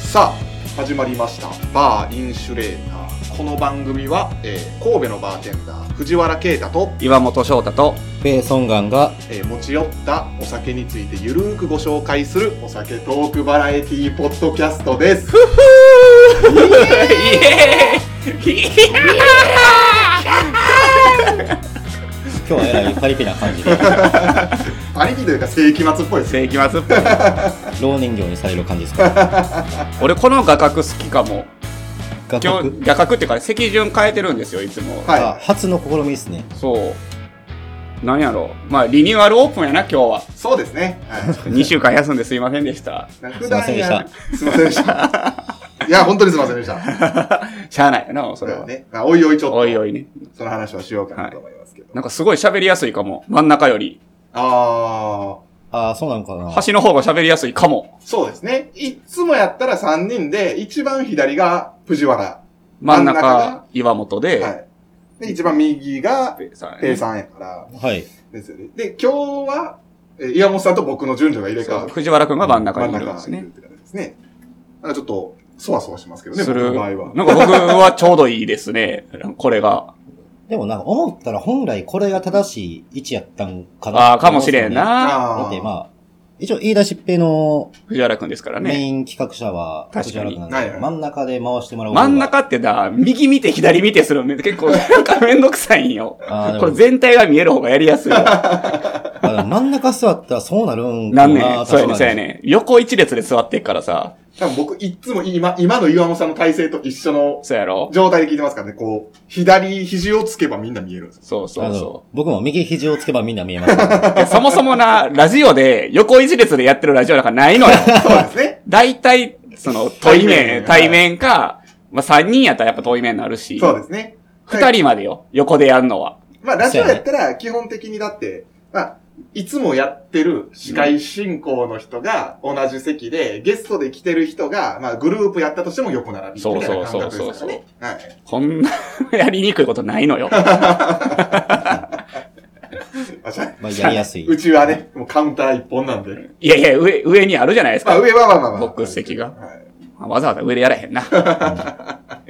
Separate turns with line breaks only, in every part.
さあ始まりましたバーインシュレーターこの番組は、えー神戸のバーテンダー藤原啓太と、
岩本翔太と
米ソンガンが
えー持ち寄ったお酒についてゆるーくご紹介するお酒トークバラエティーポッドキャストです
今日はえらいパリピな感 じで
パリピというか世紀末っぽいですね
世紀末っぽい
老人形にされる感じですか
俺この画角好きかも
楽
今日
曲
画角っていうか席順変えてるんですよいつも、
はい
あ初の試みですね
そうなんやろまあリニューアルオープンやな今日は
そうですね、はい
2週間休んですいませんでした
普
いませんでし
段
た
やすいませんでしたいや本当にすいませんでした
しゃあないよなそ
そ
れ
れは
は、
ね、まあ、おいおいちょっと
おいおいね
その話はしようかなと思いますけど、
なんかすごい喋りやすいかも真ん中より
ああ
ああそうなのかな
端の方が喋りやすいかも
そうですね。いつもやったら3人で、一番左が藤原。は
真ん
真ん中が
中岩本で、
い。で、一番右が、
ペイさん
ペイさんやから、
はい
ですよね。で、今日は、え岩本さんと僕の順序が入れ替
そ
わ
う
る。
藤原くんが真ん中にい
真ん
るんで
中
す
にい
ね
るって感じですね。なんかちょっと、そわそわしますけどね、
す
僕
る。
の場合
なん
は。
か僕はちょうどいいですね。これが。
でもなんか思ったら本来これが正しい位置やったんかな
ああ、かもしれんな。
あー
だってまあ一応言い出しっぺの
藤原くんですから
メ
ね。
イン企画者は
確かに
藤原君なん
は
で
い
真ん中で回してもらおう
真ん中ってな、右見て左見てするの結構なんかめんどくさいんよ。
あーでも
これ全体が見える方がやりやすい。
あでも真ん中座ったらそうなるんか
なん
な
ねん。そうやねん、そ
確
う
か
や
に
ねん。横一列で座ってっからさ。
多分僕、いつも今、今の岩本さんの体勢と一緒の
そうやろ
状態で聞いてますからね、こう、左肘をつけばみんな見えるんですよ。
そうそ
あ
う
の
そ
僕も右肘をつけばみんな見えま すね、
う。いやそもそもな、ラジオで横一列でやってるラジオなんかないのよ。
そうです ね。
大体、その、対
対
面、
面
対面か、まあ、3人やったらやっぱ対面になるし、
そう
2
ですね。
人までよ、横でやんのは。
まあ、ラジオやったら、基本的にだって、まあ、いつもやってる司会進行の人が同じ席で、ゲストで来てる人が、まあ、グループやったとしても横並びみたいな感覚ですからね。はい。
こんなやりにくいことな いのよ。
まあじゃあ
まあ、やりやすいう
ちはね、もうカウンター一本なんで。
いやいや、上、上にあるじゃないです
まあ、
か。
上はまあまあまあ。
ボックス席が
はい。
わざわざ上でや らへんな。よ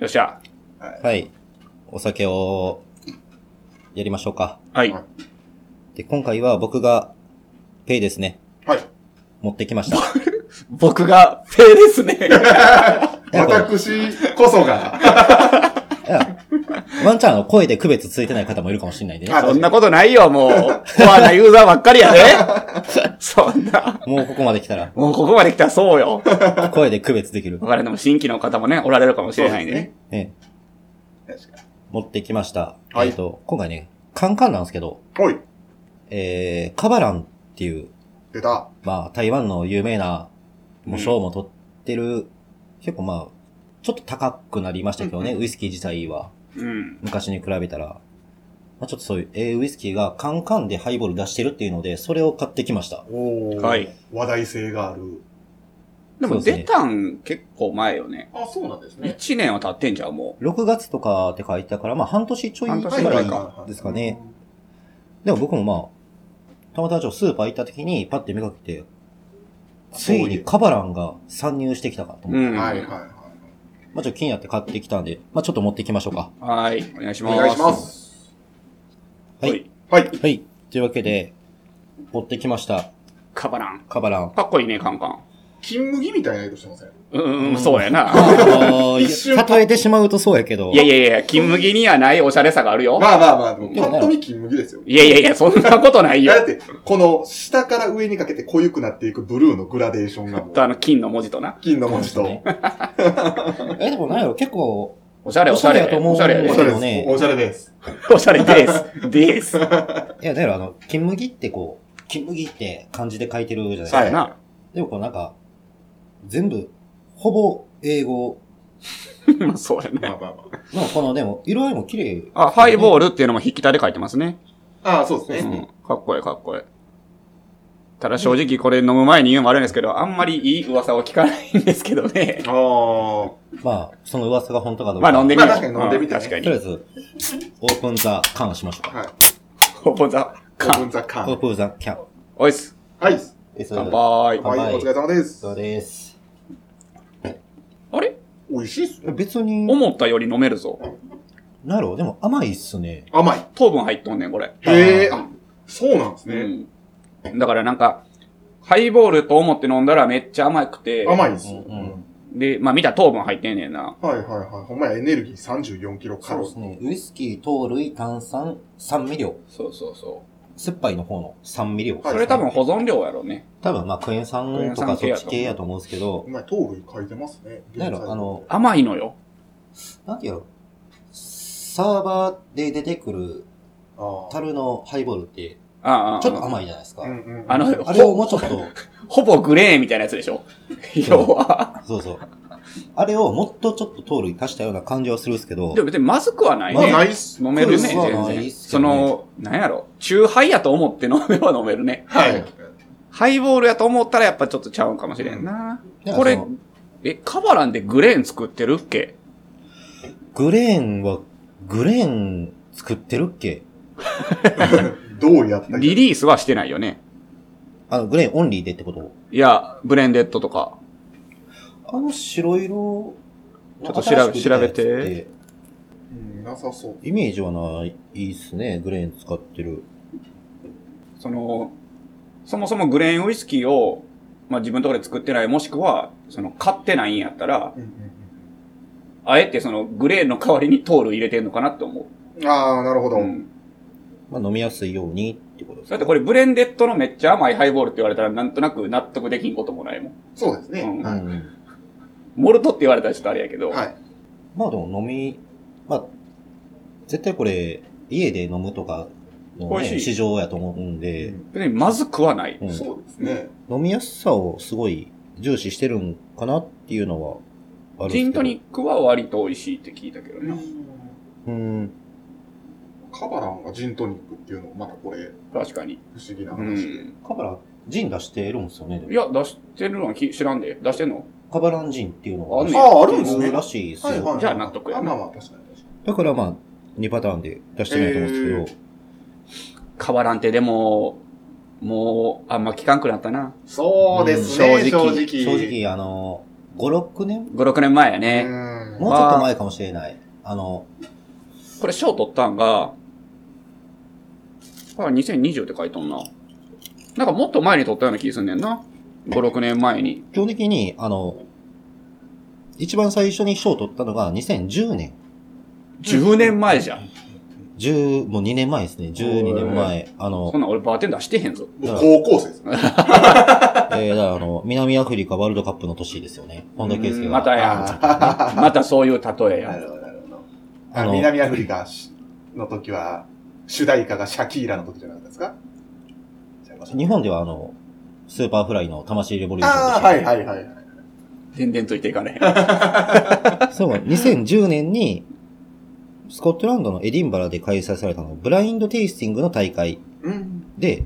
っしゃ。
はい。お酒を、やりましょうか。
はい。
で、今回は僕が、ペイですね。
はい。
持ってきました。
僕が、ペイです ね。
私こそが、
いやワンちゃんの声で区別ついてない方もいるかもしれないんでね。
あ
そんなことないよ、もう。コアなユーザーばっか りやね。そんな。
もうここまで来たら、
もうここまで来たらそうよ。
声で区別でき る
わ。からんでも新規の方もね、おられるかもしれないんでね。
ええ
確
持ってきました。
はい
えっと、今回ね、カンカンなんですけど、
おい、
えー、カバランっていう、
出た。
まあ、台湾の有名な、もう賞も取ってる、結構まあ、ちょっと高くなりましたけどね、ウイスキー自体は。
うん。
昔に比べたら、まあ、ちょっとそういう、えーウイスキーがカンカンでハイボール出してるっていうので、それを買ってきました。
おー
はい。
話題性がある。
でも
そうです
出
ね
たん結構前よね。
あ、そうなんですね。
1年は経ってんじゃん、も
6月とかって書いてたから、まあ半年ちょい
半
ぐ
年ぐらい
らいですかね。。でも僕もまあ、たまたまちょっとスーパー行った時にパッて目がけて、ついにカバランが参入してきたかと
う。う
思って、
ん。
はいはいは
まあちょっと気になって買ってきたんで、まあちょっと持ってきましょうか。
はい。お願いし
い。
ま
お
す。
願いしま。す。
はい
はい。
はい。
はい。というわけで、持ってきました。
カバラン。
カ バラン。
かっこいいね、カンカン。
金麦みたいな色してません
うん、うん、そうやな。
あ
一瞬
ー例えてしまうとそうやけど。
いやいやいや、金麦にはないおしゃれさがあるよ。
まあまあまあ、でも
でもね
パッと見金麦ですよ。い
いやいやいや、そんなことないよ
や、。だって、この下から上にかけて濃ゆくなっていくブルーのグラデーションがもう
とあの、金の文字とな。
金の文字と。
ね え、でもなんやろ、結構、
おしゃれ、おしゃ
おしゃれやと
れ。
思う
おしゃれ
お
で
しゃ
す。
れ
でもね
です。おしゃれです。
おしゃれです。です。
いや、だからあの、金麦ってこう、金麦って漢字で書いてるじゃないですか。
はい
な。
でもこうなんか、全部、ほぼ英語。
まあ、そうや
まあ
ね。
まあまあ。
まあこのでも、色合いも綺麗。
あ、ハイボールっていうのも筆記体で書いてますね。
ああ、そうで
う
すね。
ん。かっこいい、かっこいい。ただ正直これ飲む前に言うのもあるんですけど、あんまりいい噂を聞かないんですけどね。
ああ。
まあ、その噂が本当かどうか。
まあ飲んでみよう。
まあ確かに飲んでみてね
う確か
とりあ
に。
えず、オープンザカンしましょうか。
はい。
ほぼ
オ
ざ、
ー
か
プンザカ
オー
ン。
プンザキャン。
おいっす。
はい。
えそれ
乾
では
杯。
乾
はい、
杯
お疲れ様です。
そうです。
あれ
美味しいっすよ。
別に、
思ったより飲めるぞ。
なるほど。でも甘いっすね。
甘い。
糖分入っとんねん、これ。
へえ、あ、そうなんですね。
うん。だからなんか、ハイボールと思って飲んだらめっちゃ甘くて。
甘いっす。
うんうん
で、まあ見たら糖分入ってんねんな。
はいはいはい。ほんまやエネルギー34キロカ
そう
ロ
で
リ
す
ー。
ね。ウイスキー、糖類、炭酸、酸味料。
そうそうそう。
酸っぱいの方の酸味料。
はい
それ多分保存量やろうね。
多分、まあ、クエン酸
クエン
と
酸
か
系
そ
や
っ
と
ち系やと思うんですけど
お、前、糖類書いてますね。
なんやろ、あの、
甘いのよ。
なんてやろ、サーバーで出てくる
ああ
樽のハイボールって、
ああああ。
ちょっと甘いじゃないですか。
うんうんうん
あの、
あれを
ほ
もうち ょっと、
ほぼグレーみたいなやつでしょ。要は。
そうそう。あれをもっとちょっと糖類足したような感じはするんですけど
で、も別にまずくはない
まあ、
ね。
ないっす。
飲めるね、
そうです
全
まあない
然。
っす
そ
よね
の、なんやろ。中ハイやと思って飲めば飲めるね。
はい。
ハイボールやと思ったらやっぱちょっとちゃうんかもしれんな。
なんか
こ
そ
れ
の、
え、カバランでグレーン作ってるっけ
グレーンは、グレーン作ってるっけ
どうやったか
リリースはしてないよね。
あの、グレーンオンリーでってこと
いや、ブレンデッドとか。
あの白色、
ちょっと調べ
新しく出たや
調
つっ
べて。
うんなさそう。
イメージはないっすね、グレーン使ってる。
その、そもそもグレーンウイスキーを、まあ、自分のところで作ってない、もしくは、その、買ってないんやったら、
うんうん
あえてその、グレーンの代わりにトール入れてんのかなって思
うんああ、なるほ
う。
ど。
ん。
まあ、飲みやすいようにってことです
だっ
か
てこれブレンデッドのめっちゃ甘いハイボールって言われたら、なんとなく納得できんこともないもん。
そうですね。
うん
はい
うん
モルトって言われたらちょっとあれやけど、
はい。
まあでも飲み、まあ、絶対これ、家で飲むとかの、
美味
ね、
しい
市場やと思うんで、
別にまずくはない。
うん
そうですね。
飲みやすさをすごい重視してるんかなっていうのはあるんですけど。
ジントニックは割と美味しいって聞いたけど
う
な。
ん
うん。
カバランがジントニックっていうのもまたこれ、
確かに。
不思議な
う
話で。
ん。
カバラ、ジン出してるんですよね。でも
いや、出してるのはき知らんで。出してんの
カバランジンっていうのが
あんね
やああるんですね
らしいですよ。
はいはい
じゃあ納得や
あ
な
まあまあ、確かに確か
だからまあ、2パターンで出してみようと思うんですけど、
変わらんてでも、もう、あんま聞かんくなったな。
に。そうですね、
うん
正
正
直。
正直あの、5、6年
5、6年前やね。
うん
もうちょっと前かもしれない。あの、
これ賞取ったんが、あ、2020って書いとんな。なんかもっと前に取ったような気すんねんな。5、6年前に。
基本的に、あの、一番最初に賞を取ったのが2010年。
10年前じゃん。
10、もう2年前ですね。12年前。あの
そ、んなん俺バーテンダーしてへんぞ。
僕高校生ですね。
えー、だからあの、南アフリカワールドカップの年ですよね。本田圭佑
う
が。
んまたや。またそういう例
な
えや。
るほど、なるほど。あ
あの
の、南アフリカの時は、主題歌がシャキーラの時じゃなかったですか
日本ではあの、スーパーフライの魂レボリューションで
あ
し
あ、
た
は
っ
い
け
はいはい。
全然ついてい かね。
そう、2010年に、スコットランドのエディンバラで開催されたの、ブラインドテイスティングの大会
うん。
で、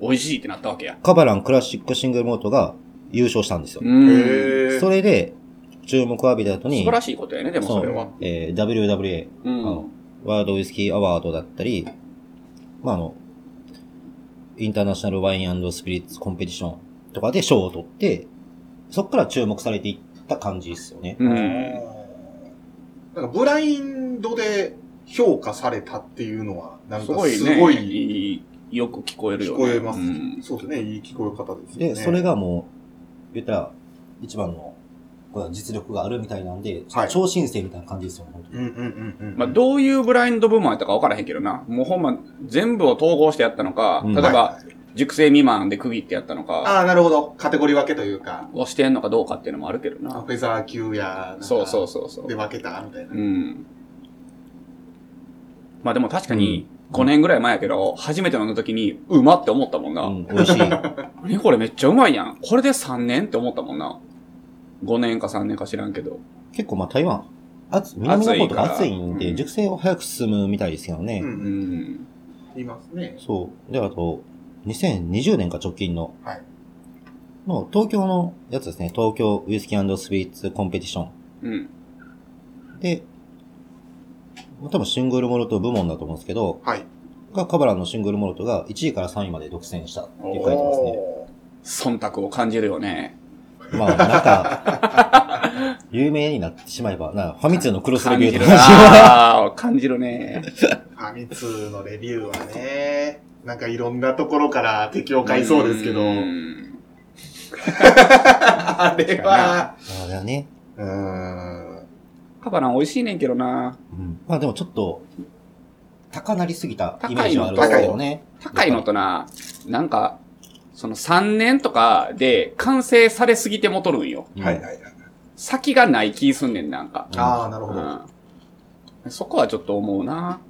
美味しいってなったわけや。
カバランクラシックシングルモートが優勝したんですよ。
うん。
へえ。
それで、注目を浴びた後
素
に
晴、らしいことやね、でもそれは。
えー WWA、
う
あの
ん。
ワールドウイスキーアワードだったり、まあ、あの、インターナショナルワインスピリッツコンペティションとかで賞を取って、そっから注目されていった感じですよね。
うん。
なんかブラインドで評価されたっていうのは、なんか
すごいね。
すごい
いいよく聞こえるよ
聞
ね。
こえます。
うん
そうですね、いい聞こえ方ですよね。
で、それがもう、言ったら、一番の、こう実力があるみたいなんで、
はい
超新星みたいな感じですよね、本当に
うんうんうんうん。
まあ、どういうブラインド部門やったか分からへんけどな。もうほんま、全部を統合してやったのか、
うん
例えば
は、
熟成未満で区切ってやったのか、
ああ、なるほど。カテゴリー分けというか、
をしてんのかどうかっていうのもあるけど
フ
な。
ェザー級や、なんか
そうそうそうそう
で。分けたみたいな。
うん。まあでも確かに、5年ぐらい前やけど、初めて飲んだ時に、うまって思ったもんな。
うん、美味しい。
何これめっちゃうまいやん。これで3年って思ったもんな。5年か3年か知らんけど。
結構まあ台湾、暑南の方とか暑
暑い
いん
からう
で、
ん
熟成を早く進むみたいですけどね。
うんう。
うんん。
いますね。
そう。で、あと、2020年か直近の、
はい
の東京のやつですね。東京ウイスキースイーツコンペティショ
うん。
ンで、多分シングルモルト部門だと思うんですけど、
はい。
がカバラのシングルモルトが1位から3位まで独占したって書いてますね。
お
忖度を感じるよね。
まあ、なんか、 有名になってしまえば、な、ファミ通のクロスレビューと
感じる
同じ
なあ感じるね。
ファミ通のレビューはね、なんかいろんなところから敵を買いそうですけど、
うん
あれは、
ああ、だね。
うーん。
カバナン美味しいねんけどな。
うん。まあでもちょっと、高なりすぎた
高い
イ
の
メージはあるんですけどね。
高いのとな、なんか、その3年とかで完成されすぎてもとるんよ。
うん
はい。はいはい。
先がない気すんねん、なんか。
ああ、なるほど。
うん、そこはちょっと思うな。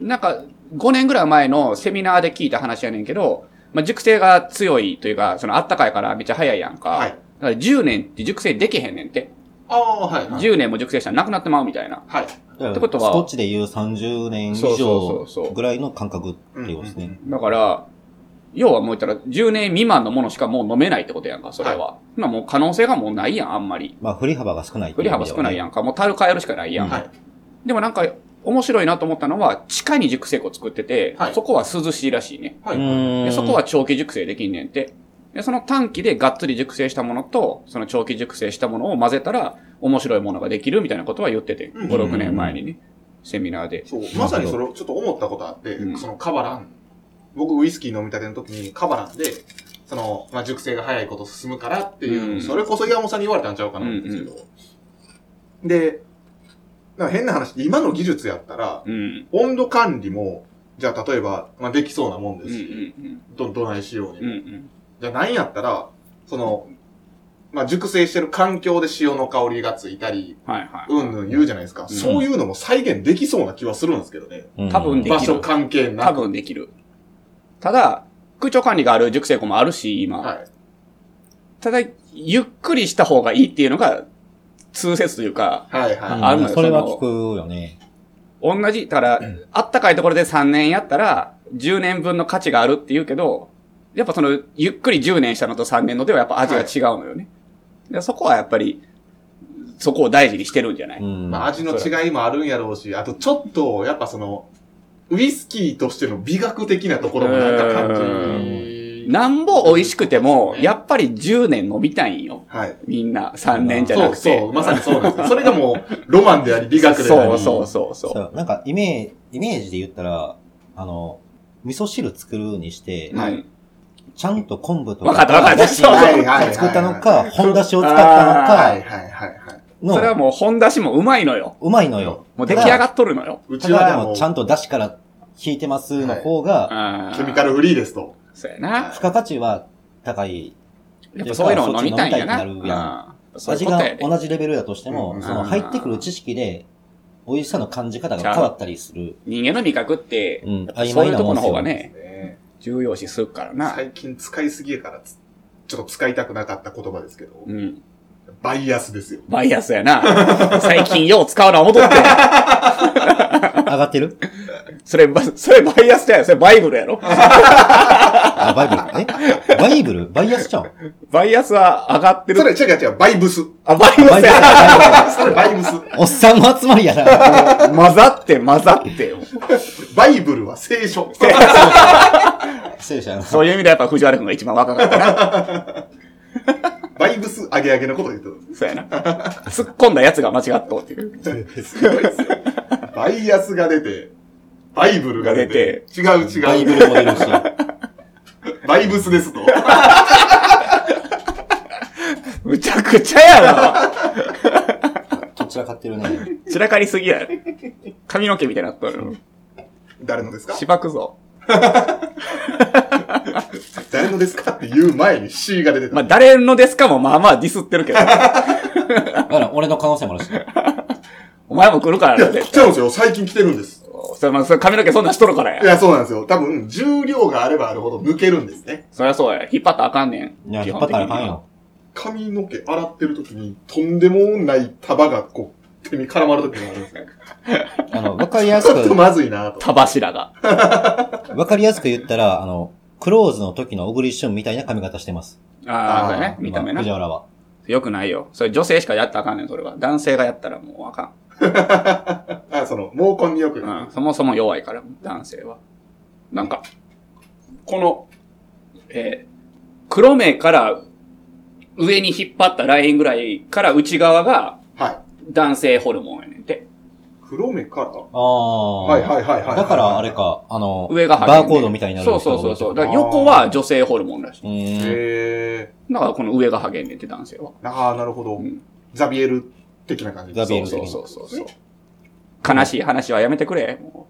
なんか、5年ぐらい前のセミナーで聞いた話やねんけど、まあ、熟成が強いというか、そのあったかいからめっちゃ早いやんか。
はい
だから10年って熟成できへんねんって。
ああ、はいはい。
10年も熟成したらなくなってまうみたいな。
はい。
っ
ってことは
スコッチで言う30年以
そうそうそうそ
上
う
ぐらいの感覚っていうことですね。
だから、要はもう言ったら10年未満のものしかもう飲めないってことやんか、それは。まあもう可能性がもうないやん、あんまり。
まあ振り幅が少ないって
振
いう
り
意
幅
味では
少
ね
ないやんか。もう樽変えるしかないやん。
うん
はい
でもなんか、面白いなと思ったのは、地下に熟成庫作ってて、
はい
そこは涼しいらしいね。
は
う
い。
ー
で、
ん。
そこは長期熟成できんねんて。で、その短期でがっつり熟成したものと、その長期熟成したものを混ぜたら、面白いものができるみたいなことは言ってて、
うん
5、6年前にね、セミナーで。
そう、まさにそれをちょっと思ったことあって、
うん
そのカバラン、僕ウイスキー飲みたての時にカバランで、その、まあ、熟成が早いこと進むからっていう、
うん
それこそ岩本さんに言われたんちゃうかなと思うんですけど。で、なんか変な話、今の技術やったら、
うん。
温度管理も、じゃあ例えば、まあ、できそうなもんで
うんう
すし、
ん
ど、どないしようにも
うん。うんうん。
じゃあ何やったら、その、まあ、熟成してる環境で塩の香りがついたり、
はいはい。
うんうん言うじゃないですか。そういうのも再現できそうな気はするんですけどね。
うん
多分で
場所関係な
多
く。
分できる。ただ、空調管理がある熟成庫もあるし、今。
はい。
ただ、ゆっくりした方がいいっていうのが、通説というか、
はい
うん
は
あるのよ
それは
その
聞くよね。
同じ、だから、あったかいところで3年やったら、10年分の価値があるって言うけど、やっぱその、ゆっくり10年したのと3年のではやっぱ味が違うのよね。でそこはやっぱり、そこを大事にしてるんじゃない、
うん。
い。まあ味の違いもあるんやろうし、あとちょっと、やっぱその、ウイスキーとしての美学的なところもなんか感じ。
なんぼ美味しくても、や
っ
っぱり10年飲みたいんよ。
ぱ。はい。
みんな、3年じゃなくて。
そうそう、まさにそうなんですよ。それがもう、ロマンであり、美学であり。
そうそうそうそう。
そうなんかイメージ、イメージで言ったら、あの、味噌汁作るにして、
はい。
ちゃんと昆布と
わかったわかった
だしを
そう
はいはいはい
作ったのか、本だしを使っ
はい
た
はいはいはい。
の
それは
かの、
もう、本出しもうまいのよ。
うまいのよ。
もう出来上が
っ
っとるのよ。
う
た
ち
だ
は
で
で
も
も、
ちゃんと出汁から引いてますの方が、
あ
ケミカ
あ。
ルフリーですと。
そうやな。
付加価値は高い。
やっぱそういうのを飲みたいんや
そっち飲みたいってなるやん
な。うんそういう
味
ことや
が
で。
同じレベルだとして
う
も
ん、
その入ってくる知識で、美味しさの感じ方が変わったりする。
人間の味覚って
う、ん、曖
そう
昧
いう
な
とこ
もん
の方
ですよ
が。ね、重要視するからな。
最近使いすぎやからつ、ちょっと使いたくなかった言葉ですけど、
うん。
バイアスですよ。
バイアスやな。 最近よう使うのは戻って。
上がってる
それ、ばそれバイアスだよ。それバイブルやろ。
あ、バ イブル。えバイブルバイアスちゃうん
バイアスは上がって
そ
る。
れ違う違う、バイブス。
あ、バイアス
バイブル
や
それバイブス。
おっさんの集まりやな。
混ざって混ざってよ。
バイブルは聖書。
失礼しました。
そういう意味ではやっぱ藤原くんが一番若かったな。
バイブス上げ上げのこと言ってる。
そうやな。突っ込んだやつが間違っとうっていう。
すごいですよバイアスが出て、バイブルが出て、違う
バイ
違
ブ
う、
ルも出るし。
バイブスですと。
むちゃくちゃやな。
どちらかってるね。
散らかりすぎや。髪の毛みたいになっとる。
誰のですか
しばくぞ。
誰のですかって言う前に C が出てた。
まあ、誰のですかもまあまあディスって るけど。
だから俺の可能性もあるし。
お前も来るからな、
来てるんですよ。最近来てるんです。
それ、まあ、それ髪の毛そんなんしとるから
い
や。
や、そうなんですよ。多分、重量があればあるほど抜けるんですね。
そりゃそうや。引っ張ったらあかんねん。
いや、
基
引っ
本
張っ
的
た
に
らあかんよ。
髪の毛洗ってる時に、とんでもない束がこう、手に絡まる時があるんですね。
あの、わかりやす
ちょっと
く、
まずいなと。
田柱が。
わかりやすく言ったら、あの、クローズの時の小栗旬みたいな髪型してます。
あ
あ
あ、
ー
そうやね。見た目な
今藤。原は。
よくないよ。それ女性しかやったらあかんねん、それは。男性がやったらもうあか
あ、その、毛根によく。
ん。うん。そもそも弱いから、男性は。なんか、この、えー黒目から上に引っ張ったラインぐらいから内側が
はい。
男性ホルモンやねんて。
黒目から
ああ。
はいはいはいはい。
だからあれ。か、あの、
上がハゲね
バーコードみたいになる
そうそうそうそう。だ
なる
か
ほ
ら
ど
横は女性ホルモンらしい。
うーん。
へ
だからこの上がハゲんねんて男性は。
ー。ああ、なるほど
うん。
ザビエル的な感じ
ザビエル
そ
的
う
な
そうそうそう。悲しい話はやめてくれ。も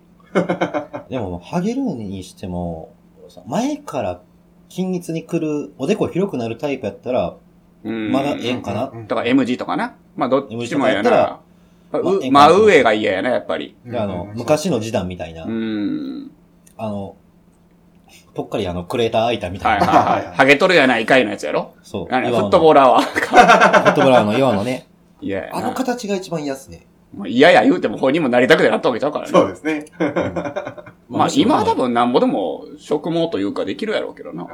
でも、ハゲるにしても、前から均一に来る、おでこ広くなるタイプやったら、
ううん
まだええんかな
うんうんうん
だから M 字とかな。まあどっちもや
M 字とかや
な。う
まあ
真上が嫌やな、やっぱり。
うん
であの、昔の時代みたいな、
うん。
あの、ぽっかりあの、クレーター開いたみた
はいい
な。
はいはい。ハゲ取るやないかいのやつやろ
そう。
何フ
岩の
ットボーラーは。
フットボーラーの岩 のね。
いやいや
あ
な
の形が一番安 ね。
もう嫌や言うても本人もなりたくてなったわけちゃうから
そう
ね。
ですね。
まあ今は多
分。
分なんぼでも植毛というかできるやろうけどな
は。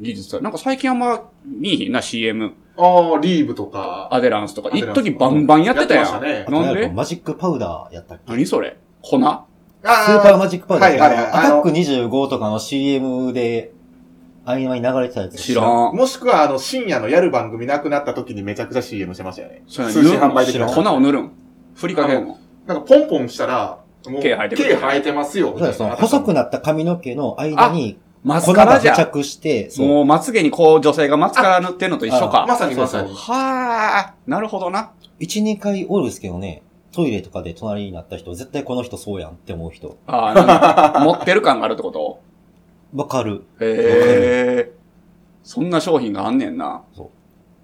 技術は。なんか最近あんま見えひんな CM。
ああ、リーブとか。
アデランスとか。
アデ
一
ランス
時バンバンやってたや
やっ
ん。
てましたね
なん
あと
で
かマジックパウダーやったっけ
何それ粉あ
あ
スーパーマジックパウダー。
はいはいはい
アタック25とかの CM で、曖昧に流れてたやつ。
知ら
ん。
ん。
もしくは、あの、深夜のやる番組なくなった時にめちゃくちゃ CM してましたよね。
それ
通信販売的
知ら
な。
ん
粉を塗るん。振りかけるの。
なんかポンポンしたら、もう
毛生えてくる
毛生えてますよ。
そうだその細くなった髪の毛の間に、
マス
粉
カラ
が
じ
付
ゃん。
着して、そう。
もうまつげにこう女性がマスカラ塗ってんのと一緒か。
まさにまさに。
はあ、なるほどな。
一、二回おるんですけどね、トイレとかで隣になった人、絶対この人そうやんって思う人。
ああなんか持ってる感があるってこと
わかる。
へえ。そんな商品があんねんな。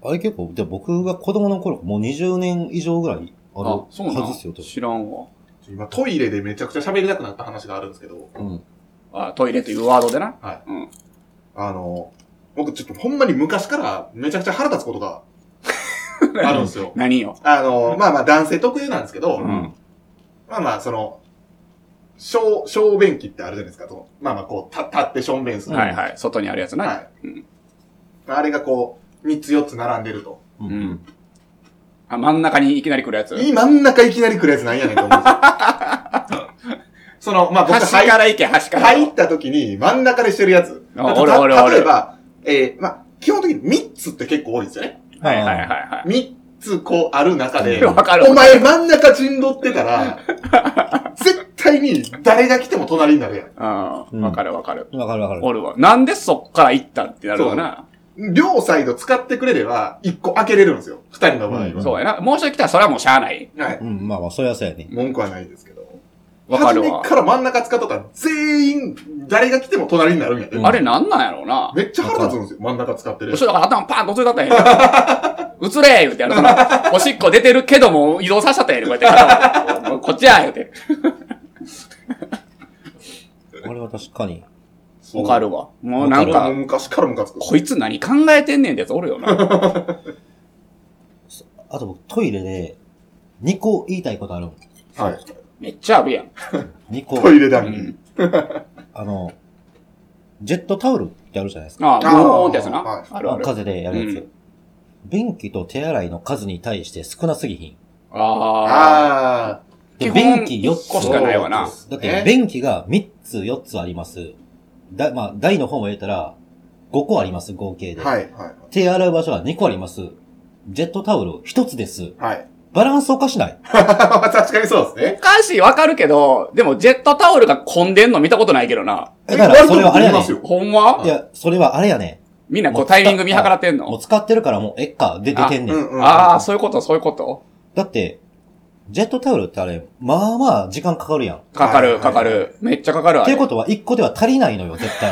あれ結構、で僕が子供の頃、もう20年以上ぐらいある
あ、
は
そうな
ずですよ、
の
多分
知らんわ。
今トイレでめちゃくちゃ喋りたくなった話があるんですけど、
うん。
あ、トイレというワードでな。。
はい
うん。
あの、僕ちょっとほんまに昔からめちゃくちゃ腹立つことがあるんですよ。
何よ。
あの、まあまあ男性特有なんですけど、
う
ま
ん。
あまあその、小、小便器ってあるじゃないですか。そのまあまあこう、た立って小便する。
はいはい。外にあるやつ
は
な。
い
うん
あれがこう、3つ4つ並んでると。
う。
うんん。あ、真ん中にいきなり来るやつ。
いい真ん中いきなり来るやつなんやねんと思うんですよその、まあ僕
端
入っ
から行け、端から。
入った時に真ん中でしてるやつ。
あ俺俺
た
俺
例えば、えー、まあ、基本的に3つって結構多いんですよね。
はいはいはいは
3つこうある中で、
い。 わかる。
お前真ん中陣取ってたら、 絶対に誰が来ても隣になるや
うん。わかるわかる。
わかるわかる。
おるわ。なんでそっから行ったんってなるわな。
ん。両サイド使ってくれれば、1個開けれるんですよ。2人の場合
うん
は。
そうやな。もう一人来たらそれはもうしゃあない。
はい。
うん、まあまあ、それはそうやね。
文句はないですけど。
わか
初
る
め
わ。
から真ん中使っとったら、全員、誰が来ても隣になるんやで。
うん
あれなんなんやろうな。
めっちゃ腹立つんですよ、真ん中使ってるや
後
つ。
ろから頭パンとつれたったんや。映れ言うて、あの、その、おしっこ出てるけども移動させちゃったんやねこうやっ て頭を。こっちや言うて。
あれは確かに。
そう
わかるわ。もう
わ
な
か
ん
も
る
う
か、
昔からムカつく。
こいつ何考えてんねんってやつおる よな。
あと僕、トイレで、2個言いたいことあるん。
はい。
めっちゃあるやん。
2個。
トイレだ
う
に。
ん。
あの、ジェットタオルってあるじゃないですか。
ああ、
あー
もうーんってやつな
はい。
あるある。
風でやるやつ。
うん
便器と手洗いの数に対して少なすぎひん。
ああ。
あ
で
基本
便器4
一個しかないわな。
だっ
ね
て、便器が3つ4つあります。だ、まあ、台の方も入れたら、5個あります、合計
あ。
で。
はい、はい。
手洗う場所が2個あります。ジェットタオル1つです。
はい。
バランスおかしない。
確かにそうですね
お。かしいわかるけど、でもジェットタオルが混んでんの見たことないけどな。
だから、それはあれやね
割と
ん。
僕見
ほんま
いや、それはあれやね
みんなこうタイミング見計らってん
ん。もう
の
使ってるからもう、えっか、で出てん
ます
ね。
よ。うんんうん。
ああ、そういうこと、そういうこと。
だって、ジェットタオルってあれ、まあまあ時間かかるやん。っ
かか
はい
る、
はいは
か
い
かる。めっちゃかかるわ。
ていうことは1個では足りないのよ、絶対。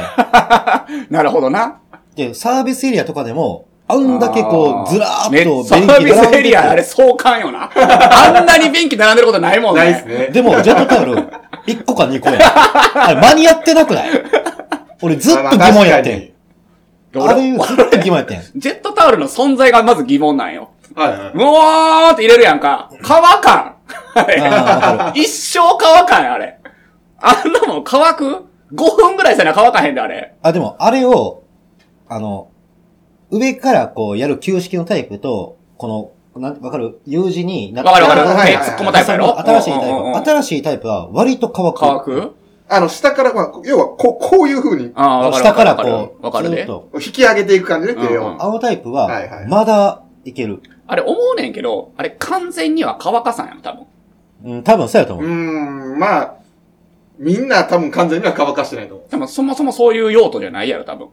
なるほどな。
で、サービスエリアとかでも、あんだけこう、ずらーっと
ね
便器
サービスエリア、
並
あ
んで
れ
て
壮観よな。あんなに便器並んでることないもんね。
ないですね。
でも、ジェットタオル、1個か2個やん。あれ、間に合ってなくない俺ずっと疑問やってん。あ
俺
れ、ずっと疑問やってん。
ジェットタオルの存在がまず疑問なんよ。
はいはい。
うおーって入れるやんか。乾かん。あれ
ああ、わか
一生乾かん、あれ。あんなもん乾く ?5 分ぐらいしたら乾かへんで、あれ
る。。あ、でも、あれを、あの、上からこう、やる旧式のタイプと、この、なん、わかる ?U 字にな
わかるわかる。
はいはい
手
はい
突っ込むタイプやろ
新しいタイ
うんうんうん
プ。新しいタイプは割と乾く。
乾く
あの、下から、まあ、要は、こう、こういう風に
ああ、わかる
下
わか
か
る
ら
わかる。
こう、
わかる
ずっ
で。
と。
引き上げていく感じで、手
うんう
を
ん。
青タイプ
はいは
は、
い
まだいける。
あれ思うねんけど、あれ完全には乾かさんやろ、多分。
うん、多分そうやと
う
思
ー
う。
ん、まあ、みんな多分完全には乾かしてないと思
でもそもそもそういう用途じゃないやろ、多分。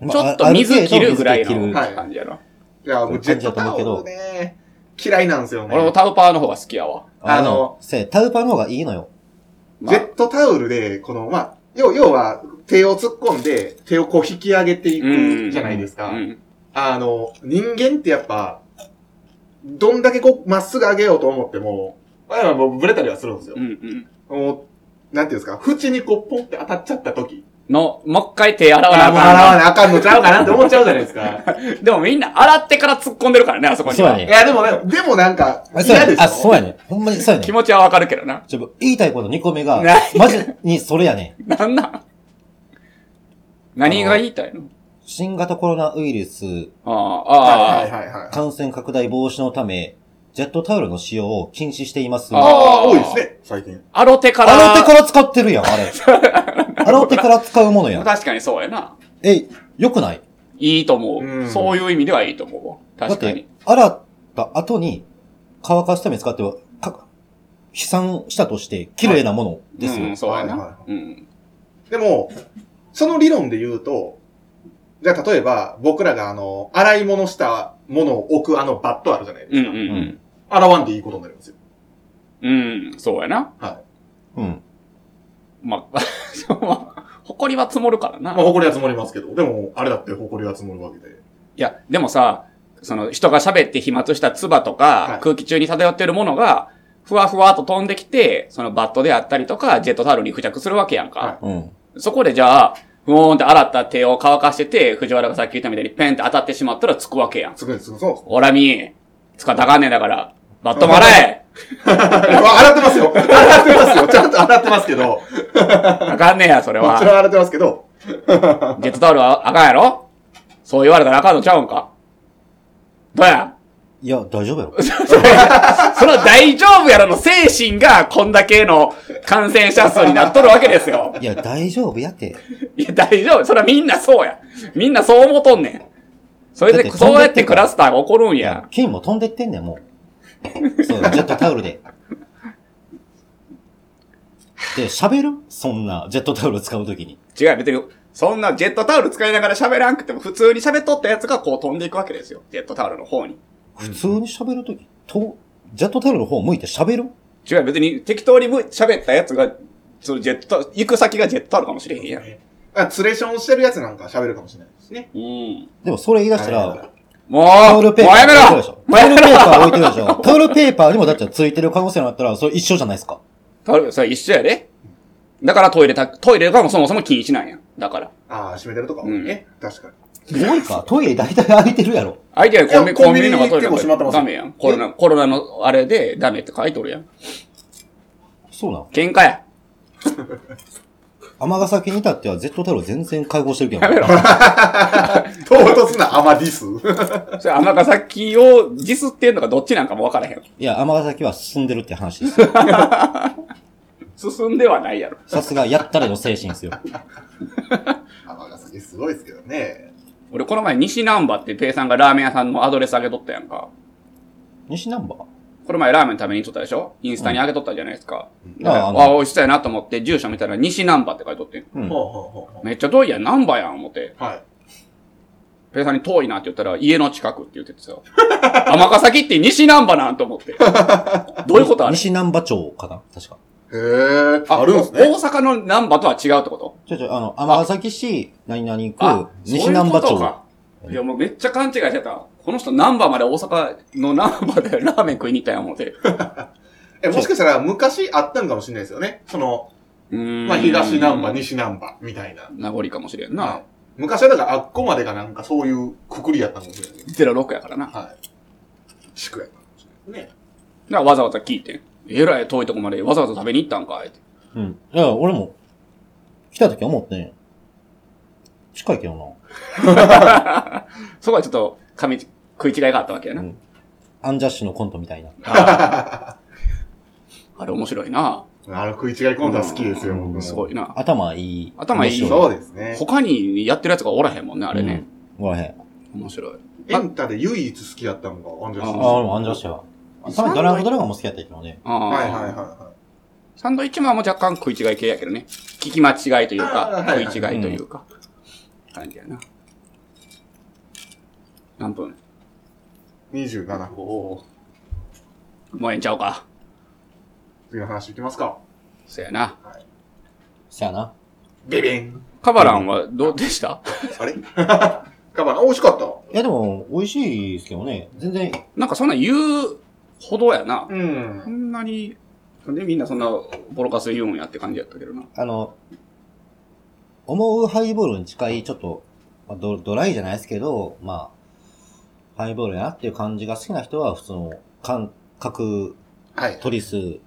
ま
ちょっ
あ
と
あ
水切るぐらい
水
の
切る
はい
感じやろ。
う。いや、
そう
僕、ジェットタオル
感
ね、嫌いなんですよ
俺も
ね。
タウパーの方が好きやわ。
あ
あ
の
の、せタウパーの方がいいのよ。
ま
ジ
あ
ェットタオルで、この、まあ、要要は、手を突っ込んで、手をこう引き上げていくじゃないですか。
うん。
あの、人間ってやっぱ、どんだけこう、まっすぐ上げようと思っても、まあ、もうブレたりはするんですよ
う。んうん。
もう、なんていうんですか、縁にこう、ポンって当たっちゃった時。
の、もう一回手洗わな
あ
あ
もう洗わ
か
なあかんのちゃうかなって思っちゃうじゃないですか。
んの。でもみんな洗ってから突っ込んでるからね、あそこに
そう
は。
や
い
ね。
や、でもね、でもなんか、
あそう
嫌
や
で
ね。
しょ
あ、そうやね。 ほんまにそうやね
気。持ちはわかるけどな。
ちょっと言いたいこと2個目が
な、
マジにそれやね。
なんなん何が言いたいの
新型コロナウイルス
ああ、
は
あ
い
あ。
はいはいはい。
感染拡大防止のため、ジェットタオルの使用を禁止しています。
あ
あ
あ
あ、多いですね、最近。
アロテから。
の手から使ってるやん、あ れ。あの手から使うもの やん。
確かにそうやな。
え、よくない
いいと思う、
うん
そういう意味ではいいと思うわ。
だっ
確かに
て。、洗った後に乾かすために使っては、か飛散したとして、綺麗なものですよ。
うん、そうや
は
な。
いはいは
うん。
でも、その理論で言うと、じゃあ例えば、僕らがあの、洗い物したものを置くあのバットあるじゃないで
う
す
ん
か。
うん
洗わんでいいことになりますよ。
うん。うん、そうやな。
うん。
まあ、 そうまあ、誇りは積もるから な。
まあ、埃は積もりますけど、でも、あれだって埃は積もるわけで。
いや、でもさ、その人が喋って飛沫した唾とか、
はい
空気中に漂ってるものが、ふわふわと飛んできて、そのバットであったりとか、ジェットタオルに付着するわけやんか。
は
うん。
そこでじゃあ、ふーんって洗った手を乾かしてて、藤原がさっき言ったみたいにペンって当たってしまったらつくわけやん。
つくんです、 そう。
ほらみー、使ったらあかんねんだから、バットも洗え
洗ってますよ。洗ってますよ。ちゃんと洗ってますけど、も
あかんねんや、それは
ち。ろん洗ってますけど、
ジェットタオルはあかんやろそう言われたらあかんのちゃうんかどうや
いや、大丈夫やろ。
その大丈夫やろの精神がこんだけの感染者数になっとるわけですよ。
いや、大丈夫やって。
いや、大丈夫。それはみんなそうや。みんなそう思っとんねん。それ
だ
で、
って
そうやってクラスターが起こるんや。
菌も飛んでってんねん、もう。そう、ジェットタオルで。で、喋るそんな、ジェットタオル使うときに。
違う、別に、そんなジェットタオル使いながら喋らんくても、普通に喋っとったやつがこう飛んでいくわけですよ。ジェットタオルの方に。
普通に喋るとき、と、ジェットタオルの方向いて喋る
違う、別に適当にむ喋ったやつが、そのジェット、行く先がジェットタオルかもしれへんやん。
あツレーションしてるやつなんか喋るかもしれないですね。
うん。
でもそれ言い出した
はいはいは
ら、
もう、
タ
も
オ
う
ルペーパー
やめろ
置いてるでしょ
もう
タ
や
オル
め
ペーパー
ろ
置いてるでしょタオルペーパーにもだってついてる可能性があったら、それ一緒じゃないですか。
タオル、それ一緒やで。だからトイレた、トイレがもうそもそも禁止なんや。だから。
ああ、閉めてるとかもね。確かに。
すごいか。トイレ大体空いてるやろ。
相手がコンビ
いや
コンビニの方が
コン
トイ
ビニ結
レ
構閉まってます
ダメやん。コロナ、コロナのあれでダメって書いとるやん。
そうなの。
喧嘩や。
天ヶ崎に至っては Z タオル全然解放してるけど。
やめろ。
唐突なアマディス。
それ、甘がさっきをディスってんのかどっちなんかもわからへん。
いや、天ヶ崎は進んでるって話ですよ。
進んではないやろ。
さすが、やったれの精神ですよ。
天ヶ崎すごいですけどね。
俺、この前、西南波ってペイさんがラーメン屋さんのアドレス上げとったやんか。
西ナンバー
この前、ラーメン食べに行っとったでしょインスタに上げとったじゃないですか。
うん
だから
あ
あ
あの
美味しそうやなと思って、住所見たら西南波って書いとってん。
うん。
ほうほうほうほ
めっちゃ遠いやん、南波やん、思って。
う。はい。
ペイさんに遠いなって言ったら、家の近くって言っててさ。甘ヶ崎って西南波なんと思って。どういうことある
西南波町かな確か。
へえ、あるんですね。
大阪の南波とは違うってこと
ちょちょ、あの、天崎市、何々
あ
区、西南波
そういうこと。
町
かいや、もうめっちゃ勘違いしてた。この人、ナンバーまで大阪のナンバーでラーメン食いに行ったんや思って。
え、もしかしたら昔あったんかもしれないですよね。その、
ま
まあ、東南波、西南波みたいな。
名残かもしれん
は
な。
い昔はだからあっこまでがなんかそういうくくりやったんかもしれないですね。
06やからな。だか
はい。地区やったんかもしれ ないですね。
らわざわざ聞いてん。えらい遠いとこまでわざわざ食べに行ったんか いって。
うん。いや、俺も、来た時思ってんよ近いけどな。
そこはちょっと、髪、食い違いがあったわけやな。
うんアンジャッシュのコントみたいな。
あーあれ面白いな。
あの食い違いコントは好きですよ、
うん
僕も。
すごいな。
頭いい。
頭いい
面白
そうですね。
他にやってるやつがおらへんもんね、あれね。。
うん、ごめん。あ、
面白い。
エンタで唯一好きだったのがアンジャッシュ
あ
俺もアンジャッシュは。たまにドラゴンドラゴンも好きだったけどね。
ああ、
はいはいはいは
サンドイッチマンも若干食い違い系やけどね。聞き間違いという
あ
か
ー、はいはい
食い違いというか、感じやな。何分
い。27
お
個。
おー。もうええんちゃうか。
次の話いきますか。
そやな。
そやな。
ビビン
カバランはどうでした、
あれカバン、あ美味しかった。
いやでも、美味しいですけどね。全然、
なんかそんなん言うほどやな。
うん
そ。んなに、なんでみんなそんなボロカス言うんやって感じやったけどな。
あの、思うハイボールに近い、ちょっと、まあドドライじゃないですけど、まあ、ハイボールやなっていう感じが好きな人は、普通の、感覚、
はい。
トリス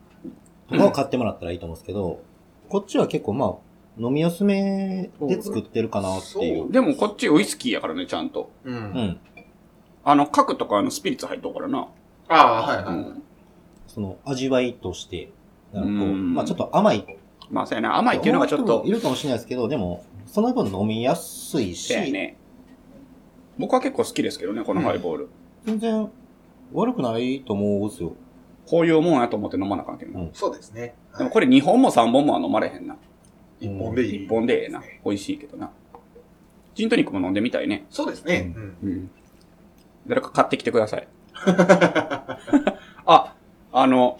とかを買ってもらったらいいと思うんですけど、こっちは結構まあ、飲みやすめで作ってるかなってい。
そう
でもこっちウイスキーやからね、ちゃんと。
う。
うんん。
あの、核とかあのスピリッツ入っとうからな。
ああ、はいはい。
うん
その、味わいとして、なんかこ
う
う、
ん
まあちょっと甘いって
まあそうやな、甘いっていうのがちょっ
思う人
と
もい。るかもしれないですけど、でも、その分飲みやすいし、
そうやね。僕は結構好きですけどね、このハイボール。
全然悪くないと思うんですよ。
こういうもんやと思って飲まなあかんけどな。
うん
そうですね。
で
は
も
い
これ2本も3本もは飲まれへんな。
一本でいい。
1本でええな。美味しいけどな。ジントニックも飲んでみたいね。
そうですね。うん
うん。誰か買ってきてください。 あ、あの、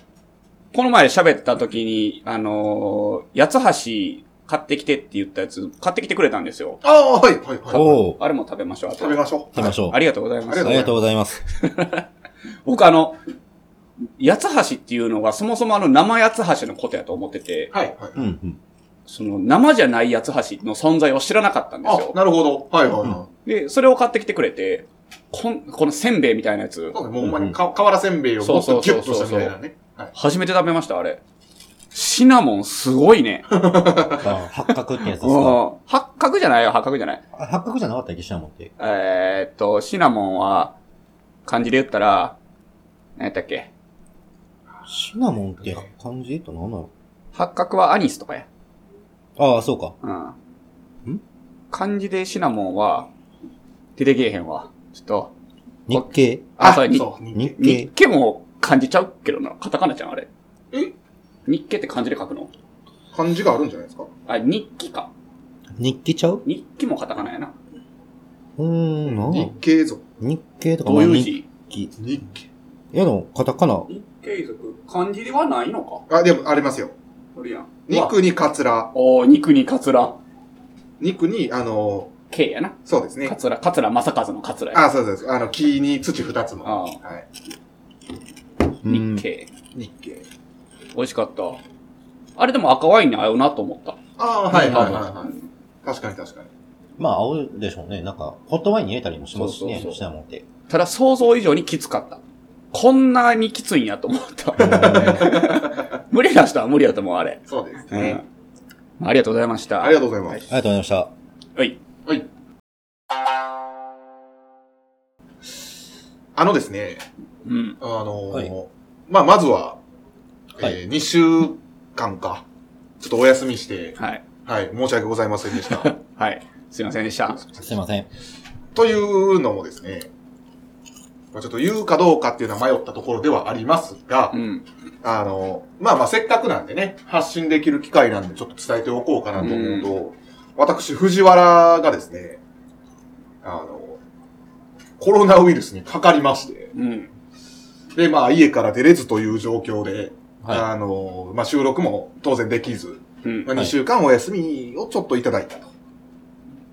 この前喋った時に、あのー、八橋買ってきてって言ったやつ、買ってきてくれたんですよ。
ああ、はいはいは
おお
あれも食べましょう。
い。食べましょう。
行きましょう。
ありがとうございま
あ
す
り
あ。りがとうございます。
僕あの、八つ橋っていうのがそもそもあの生八つ橋のことやと思ってて、
はいはい。
うんうん。
その生じゃない八つ橋の存在を知らなかったんです
あ
よ、。
なるほど。はいはいは
で、それを買ってきてくれて、こん、このせんべいみたいなや
い。
つ
そ、うね、もうほんまにか瓦せんべいをもっとギュッとしたみたいなね。はい。
初めて食べました、あれ。シナモンすごいね。
あ八角ってやつですか。
うん八角じゃないよ、八角じゃない。
あ八角じゃなかったっけ、シナモンって。
えーっと、シナモンは、漢字で言ったら、何やったっけ
シナモンって漢字と何なの
八角はアニスとかや。
ああ、そうか。
うん
ん。
漢字でシナモンは、出てけえへんわ。ちょっと、
日系
あ、そう、に
そう、日
日
系。
日
系
系も漢字ちゃうけどな。カタカナちゃん、あれ。
え
日系って漢字で書くの
漢字があるんじゃないですか
あ、日記か。
日記ちゃう
日記もカタカナやな。
うーん、なん
日系族。
日系とか
どういう
日
字
記。い
日系。
や、でも、カタカナ。
日系族。漢字ではないのか。
あ、でもありますよ。
それやん。肉。
肉にカツラ。
おー肉にカツラ。
肉に、あの、
系やな。
そうです
カ
ね。
ツラ、カツラ、正和のカツラや。
あ、そうです。あの、木に土二つの。
あ
はい。
うん
日。系。
日系。
美味しかった。あれでも赤ワインに合うなと思った。
ああ、はいはいはい
多
は
分
い。確かに確かに。
まあ、合うでしょうね。なんか、ホットワインに入れたりもしますしね、
そうそうそう
シナモン って。
ただ想像以上にきつかった。こんなにきついんやと 思った。無理な人は無理やと思う、あれ。
そうです
うん
ね。
ありがとうございました。
ありがとうございます。
ありがとうございました。
はい。
はい。あのですね、
うん。
あのー
はい
まあ、まずは、
は
え
い
ー、2週間か、ちょっとお休みして、
はい。
はい、申し訳ございませんでした。
はい。すいませんでした。
すいません。
というのもですね、まあちょっと言うかどうかっていうのは迷ったところではありますが、
うん。
あの、まあまあせっかくなんでね、発信できる機会なんでちょっと伝えておこうかなと思うと、私、藤原がですね、あの、コロナウイルスにかかりまして、
うん。
で、まあ家から出れずという状況で、
は
あの、まあ収録も当然できず、
うん
ま。あ、
はい
2週間お休みをちょっといただいたと。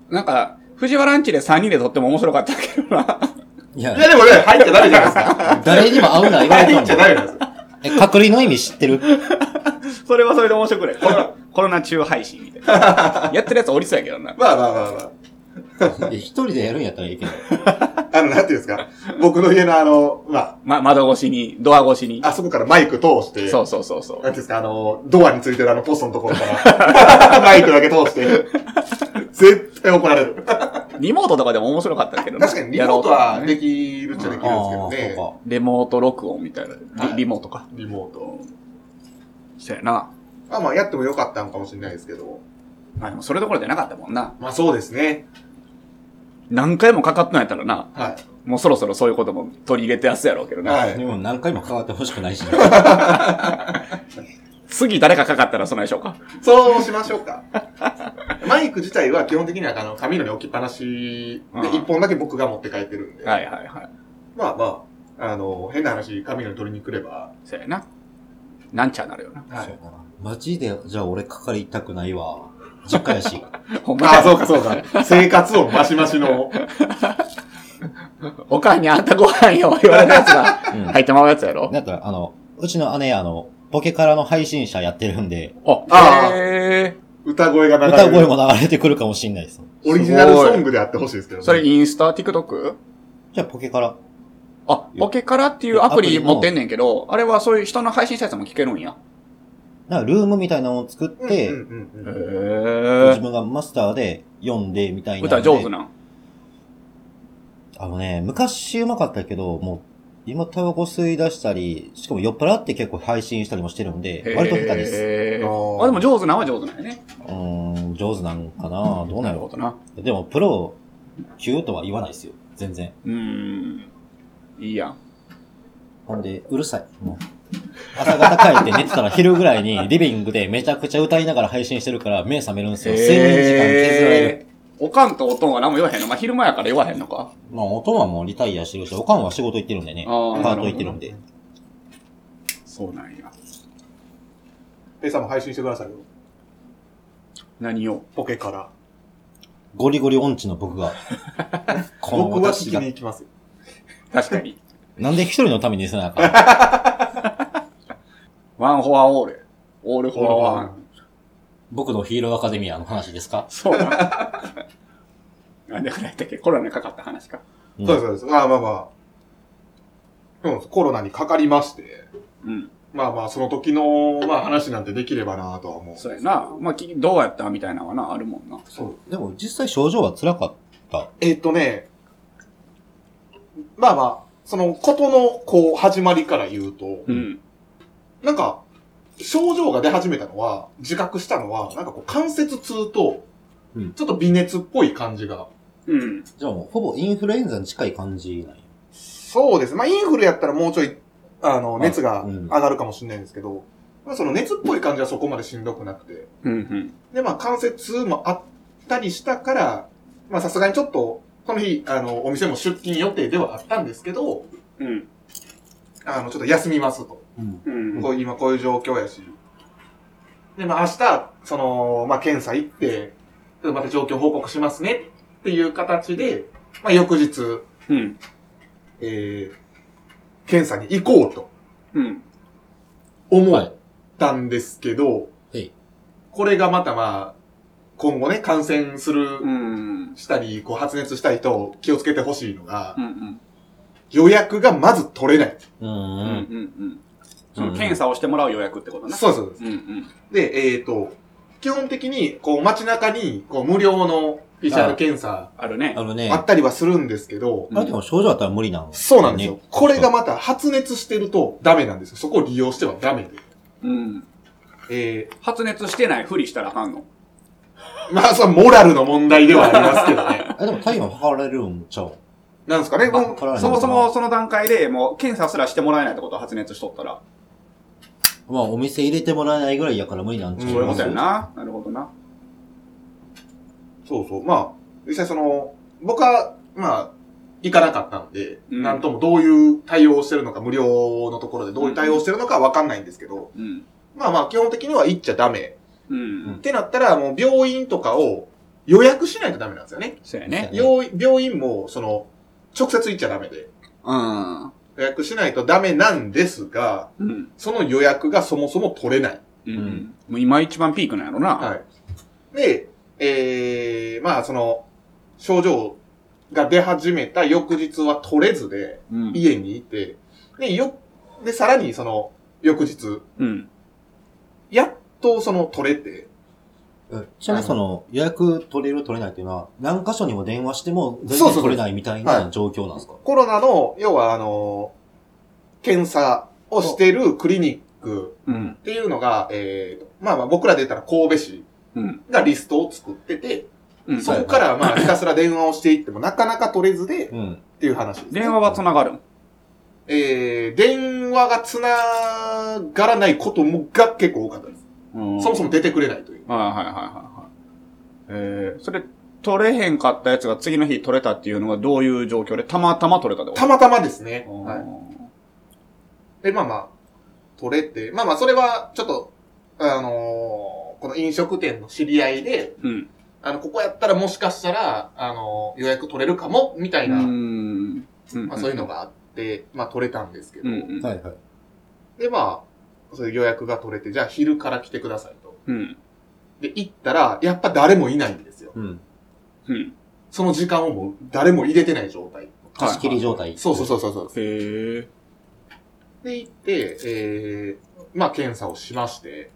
なんか、藤原アンチで3人で撮っても面白かったけどな。
い。い
い
や、
やでもね、入っちゃダメじゃないですか。
誰にも合うな、言われ
入
た
っちゃ
もん。
ダメなんですよ。
え、隔離の意味知ってる
それはそれで面白くない。コロナ、コロナ中配信みた いな。やってるやつおりそうやけどな。
まあまあまあまあ。
いや 一人でやるんやったらいいけど。
あの、なんていうんですか。僕の家のあの、まあ、
ま、窓越しに、ドア越しに。
あそこからマイク通して、
そうそうそうそ
なんていうんですか、あの、ドアについてるあのポストのところから、 マイクだけ通して、絶対怒られる。
う。リモートとかでも面白かったけどな
確かにリモート
やろ
は
うと
できるっちゃできるん
あ
ですけどね。
ー
リモート録音みたいな。
はい
リリモートか。
リモート。
そうやな。
まあまあ、やってもよかったのかもしれないですけど。
まあでもそれどころじゃなかったもんな。
まあそうですね。
何回もかかったんやったらな、
は
もうそろそろそういうことも取り入れてやすやろうけど
い。
な。
はい。
でも何回も関わってほしくないし、ね。
次誰かかかったらそないでしょうか。
そうしましょうか。 マイク自体は基本的にはあの、紙のに置きっぱなし
うん
で、一本だけ僕が持って帰ってるんで。
はいはいはい。
まあまあ、あの、変な話、紙のに取りに来れば。
そうやな。なんちゃなるよな。
はい。
そうだなマジで、じゃあ俺かかりたくないわ。実家やし。
ほんま
ああ、
や
そうかそう か。生活をマシマシの。
おかんにあんたご飯よ、言われたやつが
うん。
入ってまうやつやろ。
だから、あの、うちの姉、あの、ポケカラの配信者やってるんで、
あ、
あー
へ
歌声が流れる。
歌声も流れてくるかもしんないです。
オリジナルソングであってほしいですけど
ー
ね。
それインスタ、TikTok?
じゃあポケカラ。
あ、ポケカラっていうアプリ持ってんねんけど、あれはそういう人の配信者やつも聞けるんや。
なんかルームみたいなのを作っ
うん
て、
うんうんうん
へ
自
え。
分がマスターで読んでみたいな。
歌上手。なん。
あのね、昔うまかったけど、もう、今タバコ吸い出したり、しかも酔っ払って結構配信したりもしてるんで、割と下手です。
へー
あー
あ、でも上手なんは上手なんやね。
うーん、上手なのかなどうな
なる
る
ほどな。
でも、プロ級とは言わないですよ。全然。
うーん。いいやん。
ほんで、うるさい。もう。朝方帰って寝てたら昼ぐらい にリビングでめちゃくちゃ歌いながら配信してるから目覚めるんですよ。睡眠時間削られる。
えーおかんとおとんは何も言わへんのまあ、昼間やから言わへんのか。
まあ、おとんはもうリタイアしてるし、おかんは仕事行ってるんでね。
あー
パート行ってるんで。
そうなんや。
ペイさんも配信してくださいよ。
何を
ポケから。
ゴリゴリ音痴の僕が。この
僕は聞
私
き
が
に。行きますよ。
確かに。
なんで一人のためにせなあかん
ワンフォアオール。オールフォアワン。
僕のヒーローアカデミアの話ですか、
そうなん。 なんであれだっけコロナにかかった話か。
うん
そうです、そうです。まあまあまあ。そうですコロナにかかりまして。
うん。
まあまあ、その時の、まあ話なんてできればなとは思う。
そうやな。まあ、きどうやったみたいなのはな、あるもんな。
そう。
でも実際症状は辛かった。
えっ、とね、まあまあ、その、ことの、こう、始まりから言うと、
うん。
なんか、症状が出始めたのは、自覚したのは、なんかこう、関節痛と
うん、
ちょっと微熱っぽい感じが。
うん。
じゃあもうほぼインフルエンザに近い感じなんや。
そうです。まあ、インフルやったらもうちょい、あの、
あ
熱が
うん
上がるかもしれないんですけど、まあ、その熱っぽい感じはそこまでしんどくなくて。
うん。うん。
で、まあ、関節痛もあったりしたから、まあ、さすがにちょっと、この日、あの、お店も出勤予定ではあったんですけど、
うん。
あの、ちょっと休みますと。
うん。
うん。
こう今こういう状況やし。で、まあ明日、その、まあ検査行って、ちょっとまた状況報告しますねっていう形で、まあ翌日、
うん。
えー、検査に行こうと
うん。
思ったんですけど、
はい。
これがまたまあ、今後ね、感染する、
うん。
したり、こう発熱したりと気をつけてほしいのが、
うん。
予約がまず取れない。
う
うん。うん
ん。
うん。その検査をしてもらう予約ってことな。
そうですそうです。
うん。うん。
で、えっ、と、基本的に、こう街中に、こう無料の PCR
あ
検査、
あるね
あ。のね、
あったりはするんですけど、
あれでも症状あったら無理なの。
そうなんですよ
ね。
これがまた発熱してるとダメなんですよ。そこを利用してはダメで。
うん。
え
発熱してないふりしたらあかんの。
ー、まあ、それはモラルの問題で はありますけどね。
あ、でも体温測られるんちゃう
なんですかね、もう
測られる
そもそもその段階でもう検査すらしてもらえないってこと発熱しとったら。
まあ、お店入れてもらえないぐらいやから無理なんちゃ
うん
そうい
ま
うこと
せ
や
ん
な。なるほどな。
そうそう。まあ、実際その、僕は、まあ、行かなかったんで、
うん
なんともどういう対応をしてるのか、無料のところでどういう対応をしてるのかわかんないんですけど、
うん。
まあまあ、基本的には行っちゃダメ。
う
っ
ん。
てなったら、もう病院とかを予約しないとダメなんですよね。
そうやね。
病病院も、その、直接行っちゃダメで。
うん。
予約しないとダメなんですが、
うん。
その予約がそもそも取れない。
うん。もう今一番ピークなんやろな。
はい。で、えー、まあその、症状が出始めた翌日は取れずで、
うん。
家にいて、で、よ、で、さらにその、翌日、
うん。
やっとその取れて、
うんちなみにその予約取れる取れないっていうのは何箇所にも電話しても全
そうそう
然
そう
取れないみたいな状況なんですか
コロナの、要はあの、検査をしてるクリニック
うん。
っていうのが、えーとまあまあ僕らで言ったら神戸市
うん。
がリストを作ってて、
うん。
そこから まあひたすら電話をしていってもなかなか取れずでっ
うん。
ていう話です、
電話は繋がるん
えー、電話が繋がらないこともが結構多かったです。
うん
そもそも出てくれないという。
はいはいはいはいはい。えー、それ、取れへんかったやつが次の日取れたっていうのはどういう状況で、たまたま取れたってこと
たまたまですね。
うん
はい。で、まあまあ、取れて、まあまあ、それは、ちょっと、あのーこの飲食店の知り合いで、
うん。
あの、ここやったらもしかしたら、あのー予約取れるかも、みたいな、
うん。
まあそういうのがあって、まあ取れたんですけど、
うん。うん。
はいはい。
で、まあ、そういう予約が取れて、じゃあ昼から来てくださいと。
うん。
で、行ったら、やっぱ誰もいないんですよ。
うん。
うん。
その時間をもう誰も入れてない状態。
貸し切り状態。
そうそうそうそうそう。
へえ。
で、行って、えー、まあ、検査をしまして、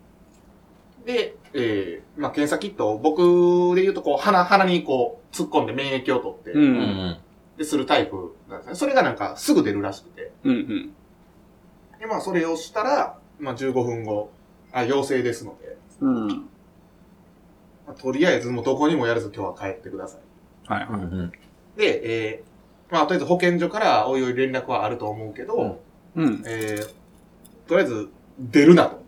で、えー、まあ、検査キットを僕で言うと、こう、鼻、鼻にこう、突っ込んで免疫を取って、
う。
うん
うん。
ん。
で、するタイプなんですね。それがなんか、すぐ出るらしくて。
うん。
で、まあ、それをしたら、まあ、15分後、あ、陽性ですので、
うん。
まあとりあえずもうどこにもやらず今日は帰ってください。
はいうはい。
ん。
で、えー、まあ、とりあえず保健所からおいおい連絡はあると思うけど、
うん
うん。
えー、とりあえず、出るなと。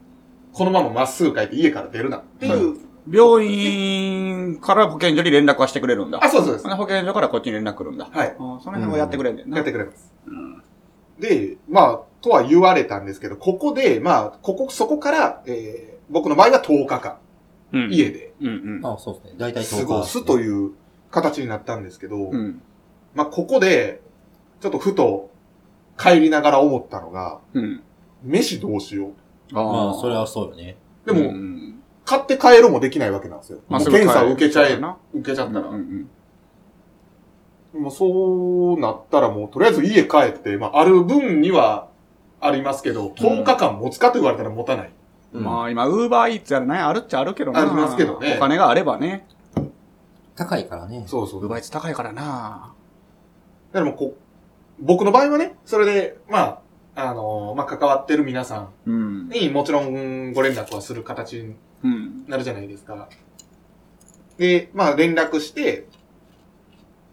このまままっすぐ帰って家から出るなっていう、
病院から保健所に連絡はしてくれるんだ。
あ、そうそうです
ほ。んで保健所からこっちに連絡来るんだ。
はい。
あーその辺はやってくれんねんな。
やってくれます。
うん。
で、まあ、とは言われたんですけど、ここで、まあ、ここ、そこから、えー、僕の場合は10日間、
うん。
家で
うんうん。
あ、そうですね。大体10
過
日。
ごすという形になったんですけど、
うん。
まあ、ここで、ちょっとふと、帰りながら思ったのが、
うん。
飯どうしよう。
あー
まあ、それはそうよね。
でも、
うん
買って帰ろうもできないわけなんですよ。
まあ
もう
すぐ帰
検
る
査を受けちゃえ
そうや、な。
受けちゃったら。
うん
もうそうなったらもう、とりあえず家帰って、まあ、ある分にはありますけど、10日間持つかと言われたら持たない。
うん。まあ今、ウーバーイーツやらないあるっちゃあるけどな。
ありますけどね
お金があればね。
高いからね。
そうそ
ウー
だか
バーイーツ高いからな。
らもうこう、僕の場合はね、それで、まあ、あのーまあ、関わってる皆さ
うん
ん。にもちろんご連絡はする形に
うん。
なるじゃないですか。で、まあ、連絡して、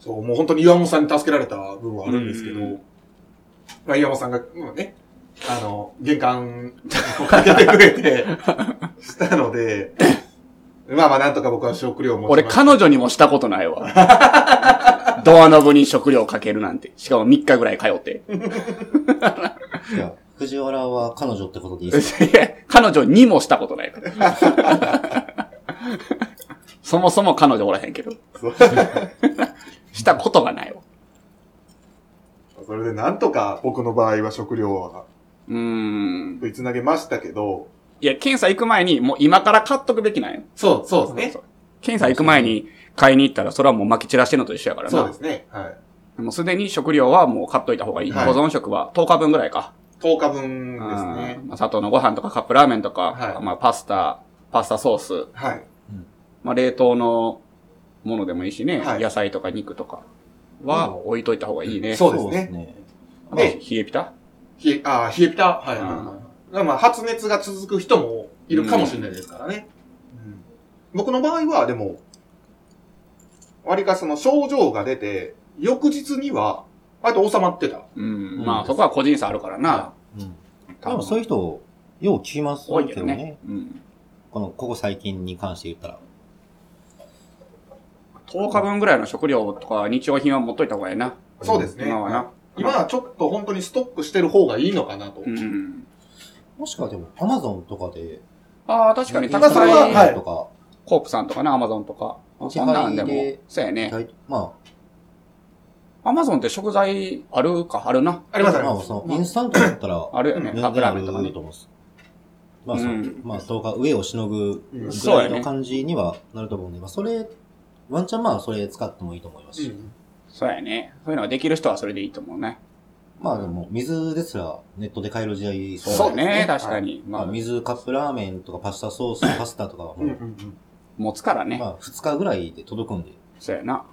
そう、もう本当に岩本さんに助けられた部分はあるんですけど、
うん
まあ、岩本さんが、まあね、あの、玄関をかけてくれ て、したので、まあまあ、なんとか僕は食料を持
俺、
ちました
彼女にもしたことないわ。 ドアノブに食料かけるなんて。しかも3日ぐらい通って。
いや、藤原は彼女ってことでいいですか
いや彼女にもしたことないから。 そもそも彼女おらへんけど。したことがないわ。
そう それで、なんとか僕の場合は食料は
うーん。
食いつなげましたけど、
いや、検査行く前に、もう今から買っとくべきなんよ。
そう、そうですね。
検査行く前に買いに行ったら、それはもう撒き散らしてんのと一緒やからな。
そうですね。はい。
もうすでに食料はもう買っといた方がいい。
はい
保存食は10日分ぐらいか。
10日分
うん
ですね。
まあ、砂糖のご飯とかカップラーメンとか、
はい
まあ、パスタ、パスタソース、
はい。
まあ、冷凍のものでもいいしね、
はい
野菜とか肉とかは置いといた方がいいね。
そうですね
そうね。
まあ
で
冷えピタ
冷え、ああ、冷えピタはいはいはい
うん
だから。まあ、発熱が続く人もいるかもしれないですからね。うん僕の場合は、でも、割かその症状が出て、翌日には、割と収まってた。
うん。
うん
まあ、そこは個人差あるからな。
うん。
多
で
分
もそういう人、よう聞きます
多い
け
けど
ど
ね
ね。。
うん。
この、ここ最近に関して言ったら。
10日分ぐらいの食料とか日用品は持っといた方がいいな。
そうですね。
今はな。
今はちょっと本当にストックしてる方がいいのかなと。
うん。
もしくはでも、アマゾンとかで、
ああ、確かに
宅
高
高さ
さは
は、
は
配
い
とか、
コープさんとかね、アマゾンとか。そんなんでも
置き配で。
そうやね。
大ま
アマゾンって食材あるか、あるな。
あります
あ、
あり
ま
ま
あ、
す。
その、インスタントだったら、
あるよね。
全
カップ
然
ラ
あ
ーメン
る
と
と
かね。
思うんです。まあ、そううんまあ、10日、上をしのぐ
うん
ぐ
そう
ら
や
い
ね
の感じにはなると思うんで、まあ、それ、ワンチャンまあ、それ使ってもいいと思います
う
し。
ん
そうやね。そういうのができる人はそれでいいと思うね。
まあ、でも、水ですら、ネットで買える時代ですから
そう
う
ね。
ですね
確かに。
まあ、
まあ、
水、カップラーメンとかパスタソース、パスタとかはも
うんうん
う、
うん
持つからね。
まあ、2日ぐらいで届くんで、
そうやな。
ま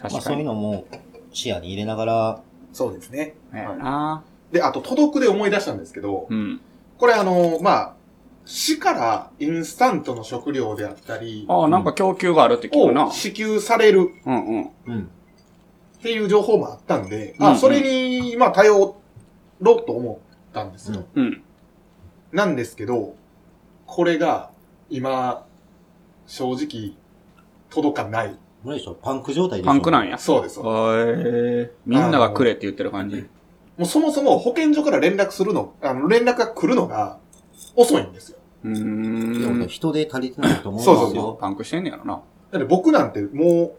あ、
確
そ
か
ういう
に。
のも視野に入れながら、
そうですね。
そうやな。
で、あと、届くで思い出したんですけど、
うん。
これあの、まあ、市からインスタントの食料であったり、
ああ、なんか供給があるって聞くな
を。支給される
うんうん。
うん。
っていう情報もあったんで、
うんう
あ、
ん
それに、まあ、頼ろうと思ったんですよ。
うん。
なんですけど、これが、今、正直、届かない。
何でしょうパンク状態でしょ
パンクなんんや。
そうです。も
へえ。みんながくれって言ってる感じ。
うそもそも保健所から連絡するの、あの、連絡が来るのが遅いんですよ。
う
いや
ー
俺
ん。
人で足りてないと思うんです
そ
よ。
うそうそう
パンクしてんねやろな。
だって僕なんてもう、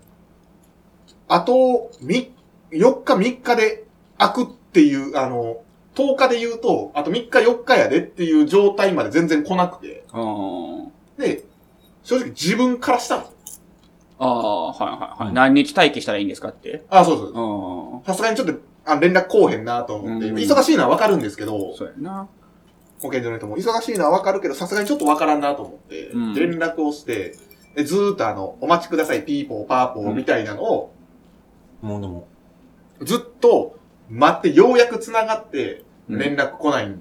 あとみ4日3日で開くっていう、あの、10日で言うと、あと3日4日やでっていう状態まで全然来なくて。
あー
で、正直自分からしたんですよ。
あー、はいはいは
う
い。
ん
何日待機したらいいんですかって。
あ、そうそう
ああ。そ
さすがにちょっと、あ連絡こうへんなと思って、
うん
忙しいのはわかるんですけど、
うやな。
保健所の人も、忙しいのはわかるけど、さすがにちょっとわからんなと思って、
うん
連絡をして、でずーっとあの、お待ちください、ピーポーパーポーみたいなのを、
もうでも、
ずっと待って、ようやく繋がって、
うん
連絡来ない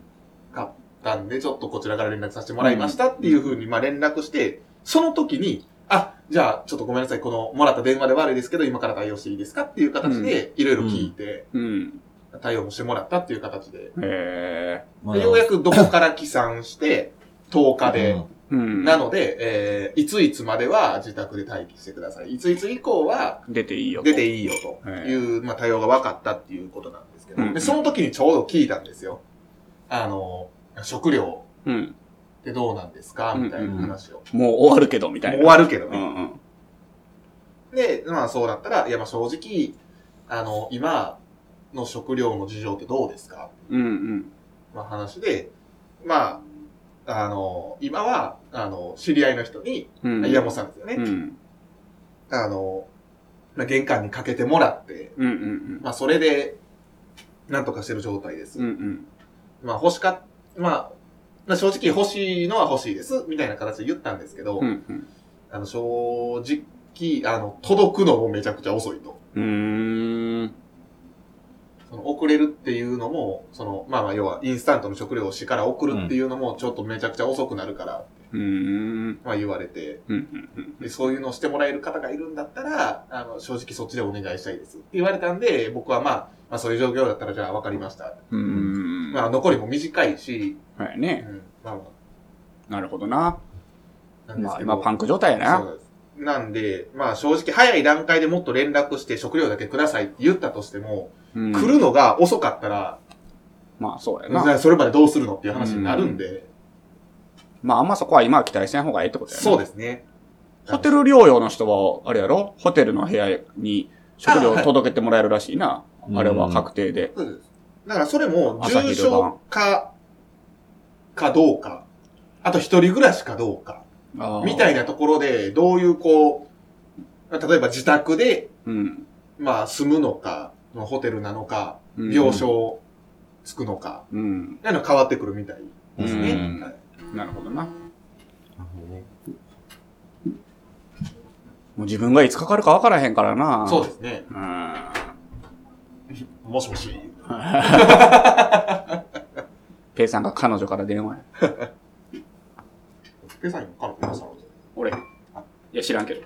かったんで、ちょっとこちらから連絡させてもらいましたっていうふうに、まあ連絡して、その時に、あ、じゃあ、ちょっとごめんなさい、この、もらった電話で悪いですけど、今から対応していいですかっていう形で、いろいろ聞いて、
うん。
対応もしてもらったっていう形で、
へえ。
ま
でようやくどこから起算して、10日で、
うん
うん。
なので、えー、いついつまでは自宅で待機してください。いついつ以降は、
出ていいよ。
出ていいよという、まあ、対応が分かったっていうことなんですけど、
うん
でその時にちょうど聞いたんですよ。あの、食料
うん。
ってどうなんですかみたいな話を。
もう終わるけど、みたいな。
終わるけど
う
ね。
んうん。
で、まあそうだったら、いやまあ正直、あの、今の食料の事情ってどうですか
うんうん。
まあ話で、まあ、あの、今は、あの、知り合いの人に、
うん。
岩本さんですよね。
うん。
あの、まあ玄関にかけてもらって、
うんうん
まあそれで、なんとかしてる状態です
うん。う。ん
まあ欲しかっ、まあ、まあ正直欲しいのは欲しいです、みたいな形で言ったんですけど、
うん。うん
あの、正直、あの、届くのもめちゃくちゃ遅いと。
うん。うーん。
その遅れるっていうのも、その、まあまあ、要は、インスタントの食料を市から送るっていうのも、ちょっとめちゃくちゃ遅くなるから、
うーん。
まあ言われて、
うんうんうん。
で、そういうのをしてもらえる方がいるんだったら、あの、正直そっちでお願いしたいですって言われたんで、僕はまあ、まあそういう状況だったらじゃあ分かりました。
うーん。
まあ残りも短いし、
あ、はいうね。
ん、まあま
なるほどな。
あ、なんです
まあ
けど。
今パンク状態や
そうな
な。
んです。なんで、まあ正直早い段階でもっと連絡して食料だけくださいって言ったとしても、
うん
来るのが遅かったら、
まあそうや
じ
な。
ゃあそれまでどうするのっていう話になるんで、
まああんまそこは今は期待しない方がいいってことやな。
そうですね。
ホテル療養の人は、あれやろホテルの部屋に食料を届けてもらえるらしいな。
うん
あれは確定で。
そうです。だからそれも
朝
重
昼晩
症化かどうか、あと一人暮らしかどうか、みた
い。
いなところで、どういうこう、例えば自宅で、
うん。
まあ住むのか、ホテルなのか、
うん
病床つくのか、
うん。
なの変わってくるみたいですね。
うん
はい
なるほどな。も
なるほどね
う自分がいつかかるかわからへんからな。
そうですね。
うん。うん。
もしもし。
ペイさんが彼女から電話や。
ペさん今から来ましたの
俺。いや、知らん けど。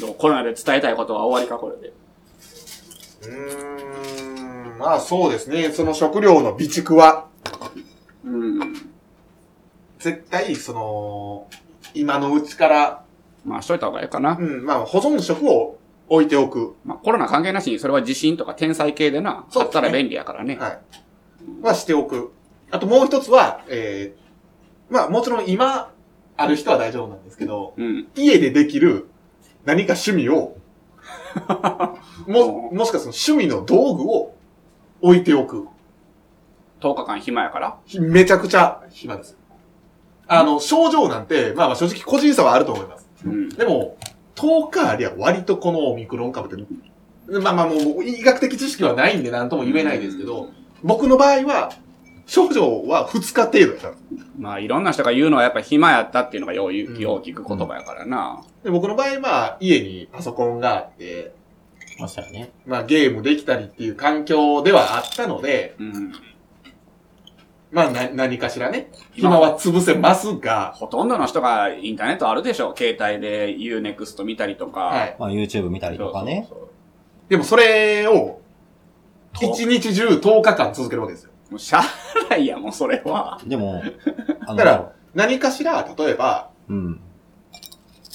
どうコロナで伝えたいことは終わりか、これで。
うーん、まあそうですね。その食料の備蓄は、
うん。
絶対、その、今のうちから、
まあ、しといた方がいいかな。
うん、まあ保存食を置いておく。
まあ、コロナ関係なしに、それは地震とか天災系でな、
そう
あ
で
っ
すね
たら便利やからね。
はい。はしておく。あともう一つは、えー、まあもちろん今、ある人は大丈夫なんですけど、
うん。
家でできる何か趣味 を、も、もしかその趣味の道具を置いておく。
10日間暇やから。
ひめちゃくちゃ暇です。あの、症状なんて、まあまあ正直個人差はあると思います。
うん。
でも、10日ありゃ割とこのオミクロン株って、まあまあもう医学的知識はないんで何とも言えないですけど、僕の場合は、症状は2日程度やったんです。
まあ、いろんな人が言うのはやっぱ暇やったっていうのがよう言う、
うん
よう聞く言葉やからな。
で僕の場合は、家にパソコンがあって、
まあ、そうやね。
まあゲームできたりっていう環境ではあったので、
うん。
まあな、何かしらね、今は潰せますが、
ほとんどの人がインターネットあるでしょ。携帯で Unext 見たりとか。
はい。
まあ、YouTube 見たりとかね。
そうそう
でもそれを、
と
一日中10日間続けるわけですよ。
そうもうしゃあないや、もうそれは。
で も、あの、
だから何かしら、例えば、
うん。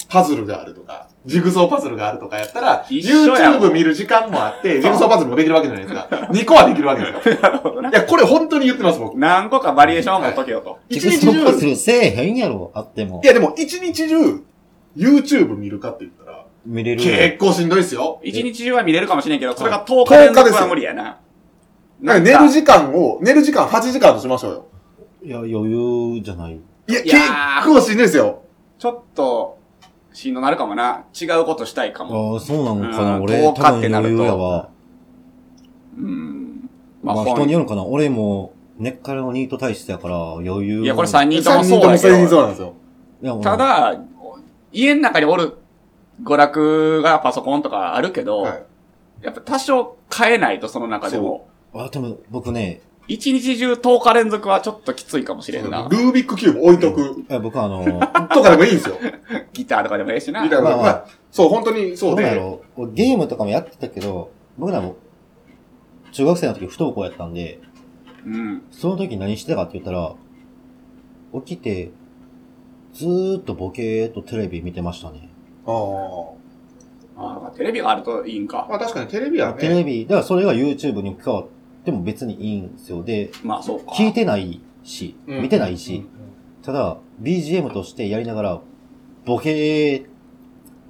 パズルがあるとか、ジグソーパズルがあるとかやったら、
一緒やもん
YouTube 見る時間もあって、ジグソーパズルもできるわけじゃないですか。2個はできるわけですよ。。
なるほどない
や、これ本当に言ってます、僕。
何個かバリエーションを持っとけよと。
一
ジグ
日
ソーパズ
中、い
ルせえへんやろ、あっても。
やでも一日中、YouTube 見るかって言ったら、
見れる。
結構しんどいですよ。
一日中は見れるかもしれんけど、それが10日連続は無理やな。
なんか寝る時間を、寝る時間8時間としましょうよ。
いや、余裕じゃない。
いや、
いや
結
ー
構しんどいですよ。
ちょっと、しんどなるかもな。違うことしたいかも。
ああ、そうなのかな、
うん
俺。
10
多
日
分
ってなると
余裕やわ。
うん。
ま
まあ、
あ、人に
本
よるかな。俺も、根っからのニート体質やから、余裕。
いや、これ3人と
3
もそ
人
う
とも
だけ
全員そう
ど。
なんですよ。
いや、俺
た、だ、家の中におる娯楽がパソコンとかあるけど、
はい
やっぱ多少変えないと、その中でも。
あ、でも、僕ね、
一日中10日連続はちょっときついかもし
ル
れんな。
ービックキューブ置いとく
いや僕 はあの、ど
とかでもいいんですよ。み
ギターとかでもええしたな。
いな。
まあまあ
まあ、そう、本当にそう
うや
で。
ろう。ゲームとかもやってたけど、僕らも、中学生の時不登校やったんで、
うん。
その時何してたかって言ったら、起きて、ずーっとボケーっとテレビ見てましたね。
あー
ああ、テレビがあるといいんか。
まあ確かにテレビは
テ
ね、
レビ、だからそれが YouTube に置き換わっても別にいいんですよ。で、
まあ、そうか。
聞いてないし、
うん
見てないし、。ただ、BGM としてやりながら、ボケ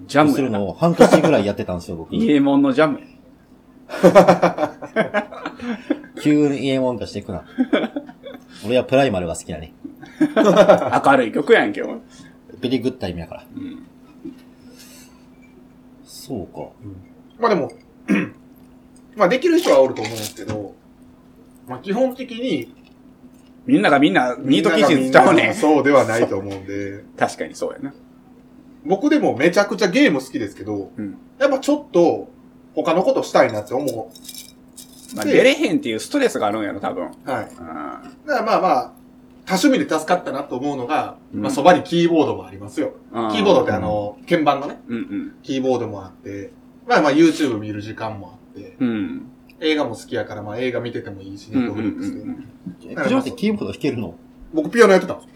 ジャ
ー
ム
する
やな。
のを半年ぐらいやってたんですよ、 僕。
イエモンのジャムや。
急に家ン化してい くな。俺はプライマルが好きだね。
明るい曲やんけ、お前
ベリーグッタイムだから。
うん。
そうか。
まあでも、まあできる人はおると思うんですけど、まあ基本的に、
みんながみんな、ニート基準
みん
ち
な
ゃ
が
う
みんな
ね。
そうではないと思うんで、
確かにそうやな。
僕でもめちゃくちゃゲーム好きですけど
うん、
やっぱちょっと他のことしたいなって思
まあ、
で
出れへんっていうストレスがあるんやろ、多分。
う。はい。だ
う
からまあまあ、多趣味で助かったなと思うのが、
うん
まあそばにキーボードもありますよ。
ん。
キーボードってあの、鍵盤のね、
うん
キーボードもあって、まあまあ YouTube 見る時間もあって、
うん。うん。
映画も好きやからまあ映画見ててもいいし、
う
ネ
ん
ットフリックスで。
え、藤本ってキーボード弾けるの
僕ピアノやってたんですよ。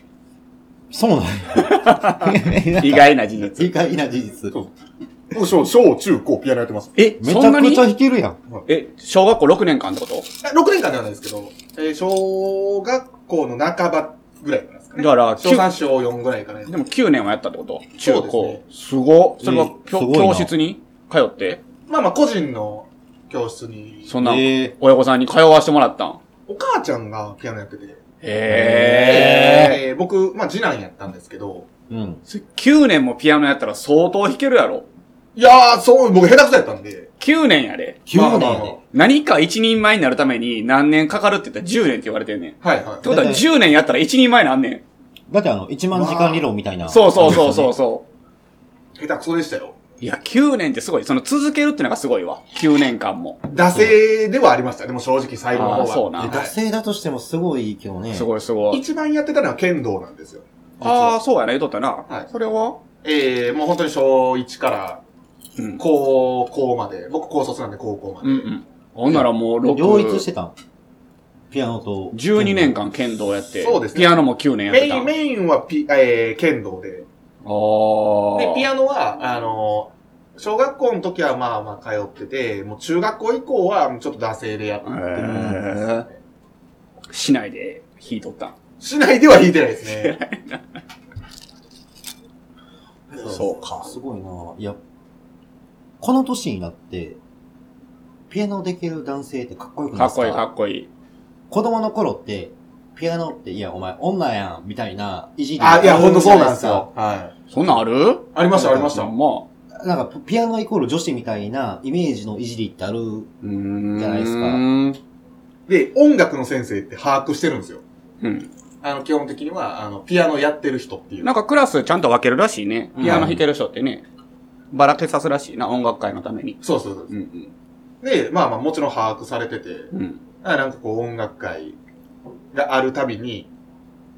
そうなんや
意外な事
意
実。
外な事実。
僕小、小、中、高、ピアノやってます。
え、
めち
そ
ゃ
んな
く
に
ちゃ弾けるやん。
え、小学校6年間ってこと
あ6年間ではないですけど、えー小学校の半ばぐらいからですかね。
だから、
小3、
9
小4ぐらいからやって
でも9年はやったってこと中
そう
高。すごっ。それは
え
教
すごいな
教室に通って、
まあまあ個人の教室に、
そんな
ええ
親御さんに通わしてもらったん。
お母ちゃんがピアノやってて、
へえ。
えー僕、まあ次男やったんですけど、
うん。
それ9年もピアノやったら相当弾けるやろ。
いやー、そう、僕下手くそやったんで、
9年やで。
9
まあ
年
まあ
や
ま
で。
何か一人前になるために何年かかるって言ったら10年って言われてんねん。って
あはいはい。
ことは10年やったら一人前なんねん。
だってあの、1万時間理論みたいな。
そうそうそうそうそ
下手くそでしたよ。
う。いや、9年ってすごい。その続けるってのがすごいわ。9年間も。
惰性ではありました。でも正直最後の方
あー
は。
そうな
え
はい
惰性だとしてもすごいいいけどね。
す
い。
ごいすごい。
一番やってたのは剣道なんですよ。
ああ、そうやね。言うとったな。
はい
それは
ええもう本当に小1から
うん。
高校まで。僕高卒なんで高校ま
う
で。
んうん。ほんならもう6、
両立してたんピアノと。
12年。間剣道やって。
そうですね
ピアノも9年やっ
メ
て
イ
た。
ン、メインはピ、えー、剣道で。
あ
で
あ。、
ピア
ノ。
ノは、あの、小学校の時はまあまあ通ってて、もう中学校以降はちょっと惰性でやってる。
市内で弾いとったん。
市内では弾いてないですね。
そうか。
すごいな。いや、この年になって、ピアノできる男性ってかっこよくな
か
いで
っ
す
こいいかっこいい。
子供の頃って、ピアノって、いや、お前、女やん、みたいな、いじり
あ、いや、ほんとそうなんですよ。はい。
そんなんある
ありました、ありました。
まあ。
なんか、ピアノイコール女子みたいなイメージのいじりってある。
うーん。
じゃないですか
で、音楽の先生って把握してるんですよ。
うん。
あの、基本的には、あの、ピアノやってる人っていう。
なんかクラスちゃんと分けるらしいね。ピアノ弾ける人ってね。ばらけさすらしいな、音楽界のために。
そうそうそう
う。ん
で、まあまあもちろん把握されてて、
うん。うん。
だからなんかこう音楽会があるたびに、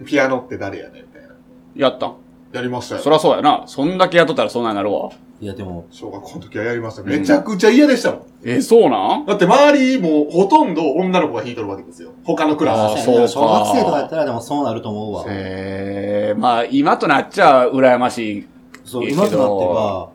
ピアノって誰やねんみたいな。
やったん。
やりましたよ
そ。らそうやな。そんだけ雇ったらそんなんなるわ。
いや、でも、
小学校の時はやりました。めちゃくちゃ嫌でしたもん。
え、そうなん
だって周りもうほとんど女の子が弾いてるわけですよ。他のク
あ
ラ
ー
ス。
そうか
小学生とかやったらでもそうなると思うわ。
ええまあ、今となっちゃ羨ましい。
そう、
いいけ
今
ど
となっては、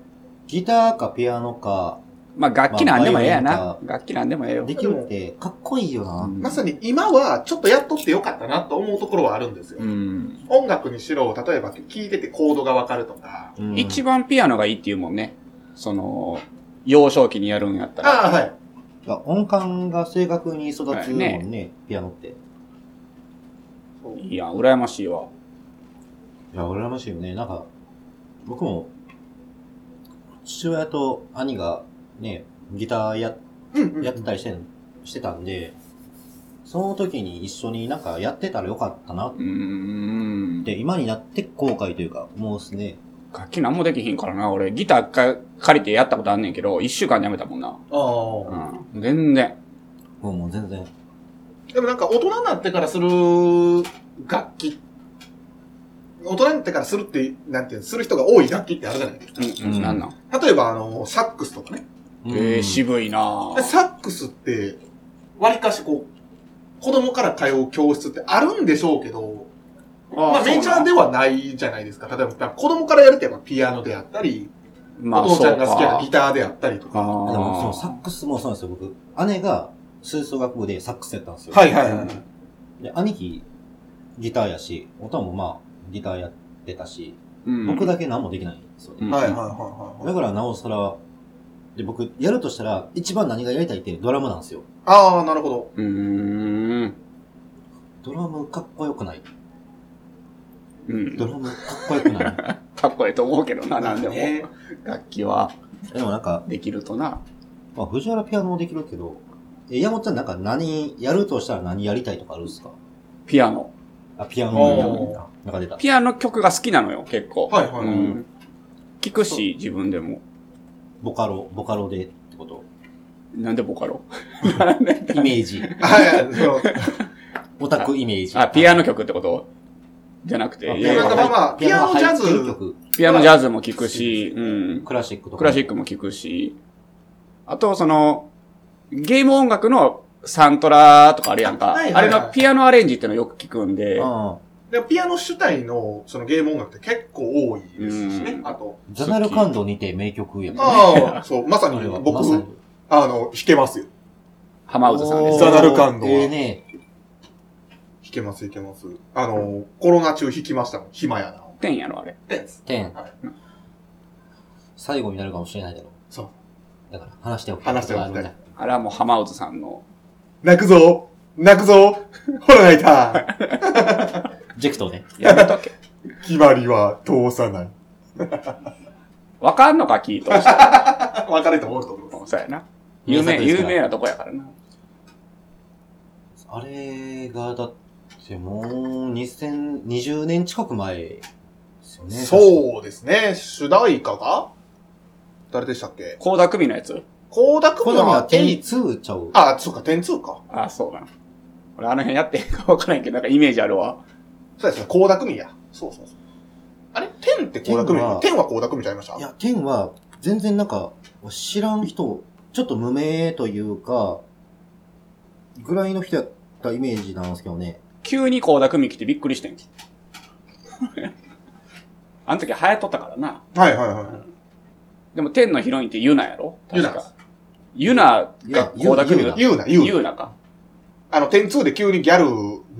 ギターかピアノか、
まあ、楽器なんでもええや
まあ
な。楽器なんでもええよ
で。きるって、かっこいいよな。
まさに今はちょっとやっとってよかったなと思うところはあるんですよ。
うん。
音楽にしろ、例えば聴いててコードがわかるとか。
うん
一番ピアノがいいって言うもんね。その、幼少期にやるんやったら。
ああ、はい。
音感が正確に育つもんね、
は
ピアノって。い
そう
いや、羨ましいわ。
や、羨ましいよね。なんか、僕も、父親と兄がね、ギターや
うんうん。
やってたりしてんしてたんで、その時に一緒になんかやってたらよかったなっ
うーん。
て、今になって後悔というか、もうですね。
楽器なんもできひんからな。俺、ギターか借りてやったことあんねんけど、一週間でやめたもんな。
ああ。
うん。全然。
もうもう全然。
でもなんか大人になってからする楽器、大人になってからするって、なんていうの、する人が多い楽器ってあるじゃないです
うん、う
うん
ん、なんなん。
か。例えばあの、サックスとかね。
え
う
ー、
ん
渋いな
でサックスって、割かしこう、子供から通う教室ってあるんでしょうけど、まあメジャーではないじゃないですか。例えば、子供からやるってやっぱピアノであったり、
まあ、
お父ちゃ
そうん
が好きな
か
ギ。ターであったりと
あ
か。
でもその
あ
サックスもそうなんですよ、僕。姉が吹奏楽部でサックスやったんですよ。
はいはいはい。
で、兄貴、ギターやし、弟もまあ、ギターやってたし、
うん。
僕だけ何もできないんですよね。
うん
はいはいはいは
だ
い。
からなおさら、で、僕、やるとしたら、一番何がやりたいってドラムなんですよ。
ああ、なるほど。
うーん。
ドラムかっこよくない。
うん
ド。ラムかっこよくない。
かっこええと思うけどな、なんでも。
ね
楽器は
でもなんか、
できるとな。
まあ、藤原ピアノもできるけど、え、山本ちゃんなんか何、やるとしたら何やりたいとかあるんですか
ピアノ。
あ、ピア
お
ノ
ー
なんか出た。
ピアノ曲が好きなのよ、結構。
はいはいはい
うん。聞くし、自分でも。
ボカロ、ボカロでってこと。
なんでボカロ
イメ ージ。
はいはい。そう
オタクイメージ。
あ、ピア
ノ、
ノ曲ってことじゃなくて、
ピアノ
いや
まあまあ
ピアノが入ってる
ピアノジャズ
曲、
ピアノジャズも聞くし、うん。
クラシックとか。
クラシックも聞くし、あと、その、ゲーム音楽のサントラとかあるやんか。
はい
あ
はい
れ
はい
のピアノアレンジってのよく聞くんで、
うん。
でピアノ主体のそのゲーム音楽って結構多いですしね。
うん
あと。
ジャナルカンドにて名曲やもんね。
ああ、そう、まさに
あれはま
僕、
さに
あの、弾けますよ。
浜渦さんで
おー
す。
ザナルカンドは
ええね。
弾けます、弾けます。あの、コロナ中弾きましたもん。暇やな。
てんやろ、あれ。
です。
天
はい。
最後になるかもしれないだろう。
そう。
だから話しておく。
話しておきたい
あるんだ
あれはもう浜渦さんの、
泣くぞ泣くぞほら泣いた
ジェクトね。
やめと け。
決まりは通さない。
わかんのか、聞いとして。
分かれて思うと思います。
そうやな。有名、
名作です
有
から
名なとこやからな。
あれが、だってもう、2020年近く前ですよね。
そうですね。主題歌が誰でしたっけ
高田組のやつ
高田
好
君
みは
は
点
8?
2ちゃう。
あ、そうか、点2か。
あそうな。俺あの辺やってんか分からんけど、なんかイメージあるわ。
そうですね、高田組や。そうそうそう。あれ天って高田組
天は
天は高田組ちゃいました
いや、天は、全然なんか、知らん人、ちょっと無名というか、ぐらいの人やったイメージなんですけどね。
急に高田組来てびっくりして ん。あの時流行っとったからな。
はいはいはい。
でも天のヒロインってユナやろ
ユナ
確か。ユナが高田組
ユナ
の、
言うな、言うな
ユ。ナか。
あの、点2で急にギャル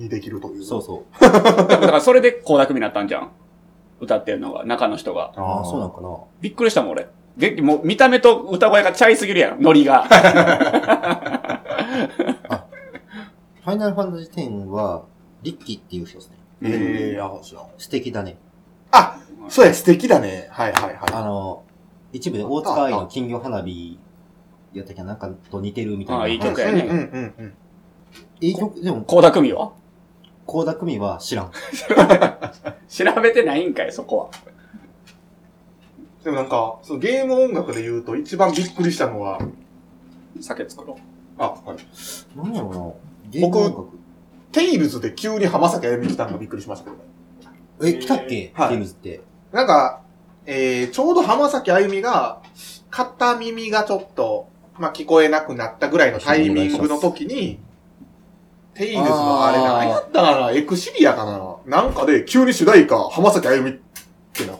にできるという。
そうそう。
だからそれで高田組になったんじゃん。歌ってるのが、中の人が。
ああ、そう
の
なんかな。
びっくりしたもん俺。で、もう見た目と歌声がちゃいすぎるやん、ノリ が。
ファイナルファンタジー10は、リッキーっていう人ですね。
ええー、あ、そうなの
素敵だね。
あ、そうや、素敵だね。はいはい
あ
は
の、一部で大塚愛の金魚花火やったっけなんかと似てるみたいな。
あいい
い。
曲や
うん
ね
うんうんうん。
いい曲、でも、
高田組は
高田組は知らん。
調べてないんかい、そこは。
でもなんか、そのゲーム音楽で言うと一番びっくりしたのは、
酒作ろ
あ、はい。
何やろうな。ゲ
僕
音楽
テイルズで急に浜崎あゆみ来たのがびっくりしましたけどね。
え、来たっけ
はい
ゲームズって。
なんか、えー、ちょうど浜崎あゆみが、片耳がちょっと、まあ、聞こえなくなったぐらいのタイミングの時に、テイルズのあれ
あー
何やったかなエクシリアかななんかで、急に主題歌、浜崎あゆみってな。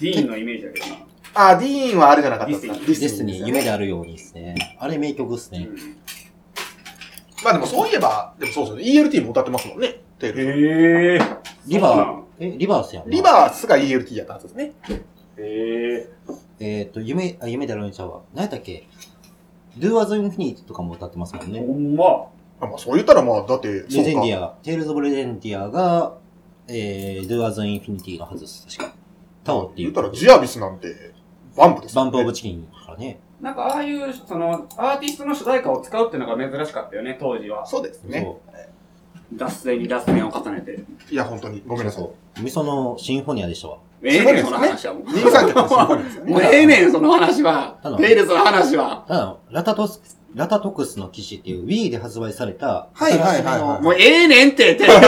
ディーンのイメージだけどな。
あ、ディーンはあれじゃなかったですか
ディ
ディ
です
す
に
よね
夢であるようにですね。あれ名曲っすね。
まあでもそういえば、でもそうですよね。ELT も歌ってますもんね。テイルズ。
へえ。
リバー、え、リバースやんな。
リバースが ELT やったはずですね。
ー。へえ。
えっと、夢、あ、夢であるようにちゃうわ。何やったっけ ?Do as Infinite とかも歌ってますもんね。
んま。
あまあそう言ったらまあ、だって、レ
レジェンディア、テイルズ・オブ・レジェンディアが、えー、Do as Infinity のはずです、確か。タオってい
言
う。
ったらジアビスなんて、バンプです
バ
も
ン
んね、
プ・オブ・チキンからね。
なんかああいう、その、アーティストの主題歌を使うっていうのが珍しかったよね、当時は。
そうですね。
そ
脱線に脱線を重ねて。
いや、本当に。ご
う。
めんなさい。
そう。ミソのシンフォニアでしたわ。
ええねん、その話はもう。
二三脚のシンフォニーですよ
もう
ね。
ええねん、その話は
ただ。
テイルズの話は。
ただ、ラタトス、ラタトクスの騎士っていう Wii で発売された、
はいはいはいはい
新しめの
もうええねんって、テイルズ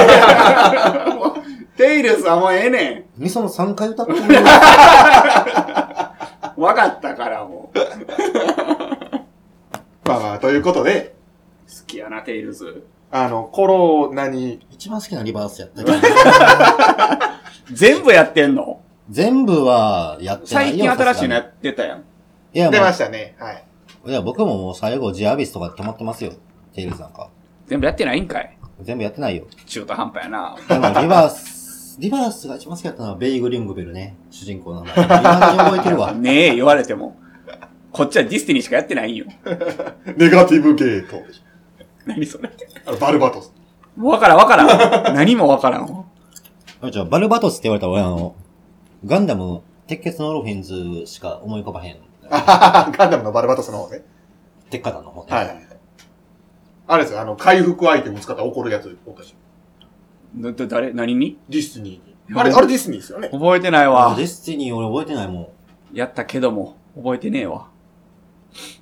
もう。テイルズはもうええねん。
ミソの3回歌ってる
わかったから、もう。好
まあまあ、ということで、
きやな、テイルズ。
あの、コロナに、
一番好きなリバースやったけど、
全部やってんの
全部はやってないよ
最近新しいのや
さ
ってたやん。
すがにいや、
出
も
ま
う
したね。はい。
いや、僕ももう最後、ジアビスとかで止まってますよ。テイルズなんか。
全部やってないんかい
全部やってないよ。
中途半端やな。
でも、リバース、 リバースが一番好きだったのは、ベイグ・リングベルね。主人公の名前。未だに覚えてるわ。
ねえ、言われても。こっちはディスティニーしかやってないんよ。
ネガティブゲート。
何それ。
あのバルバトス。
わからん、わからん。何もわからん。
あじゃあバルバトスって言われたら、俺あの、ガンダム、鉄血のオルフェンズしか思い浮かばへん。
あはははガンダムのバルバトスの方ね。
鉄火団の方ね。
はい。あれですよ、あの、回復アイテム使ったら怒るやつ、おかしい。
ど、ど、誰何に
ディスニーに。あれ、あれディスニーですよね。
覚えてないわ
デ。ィスティニー俺覚えてないもん。
やったけども、覚えてねえわ。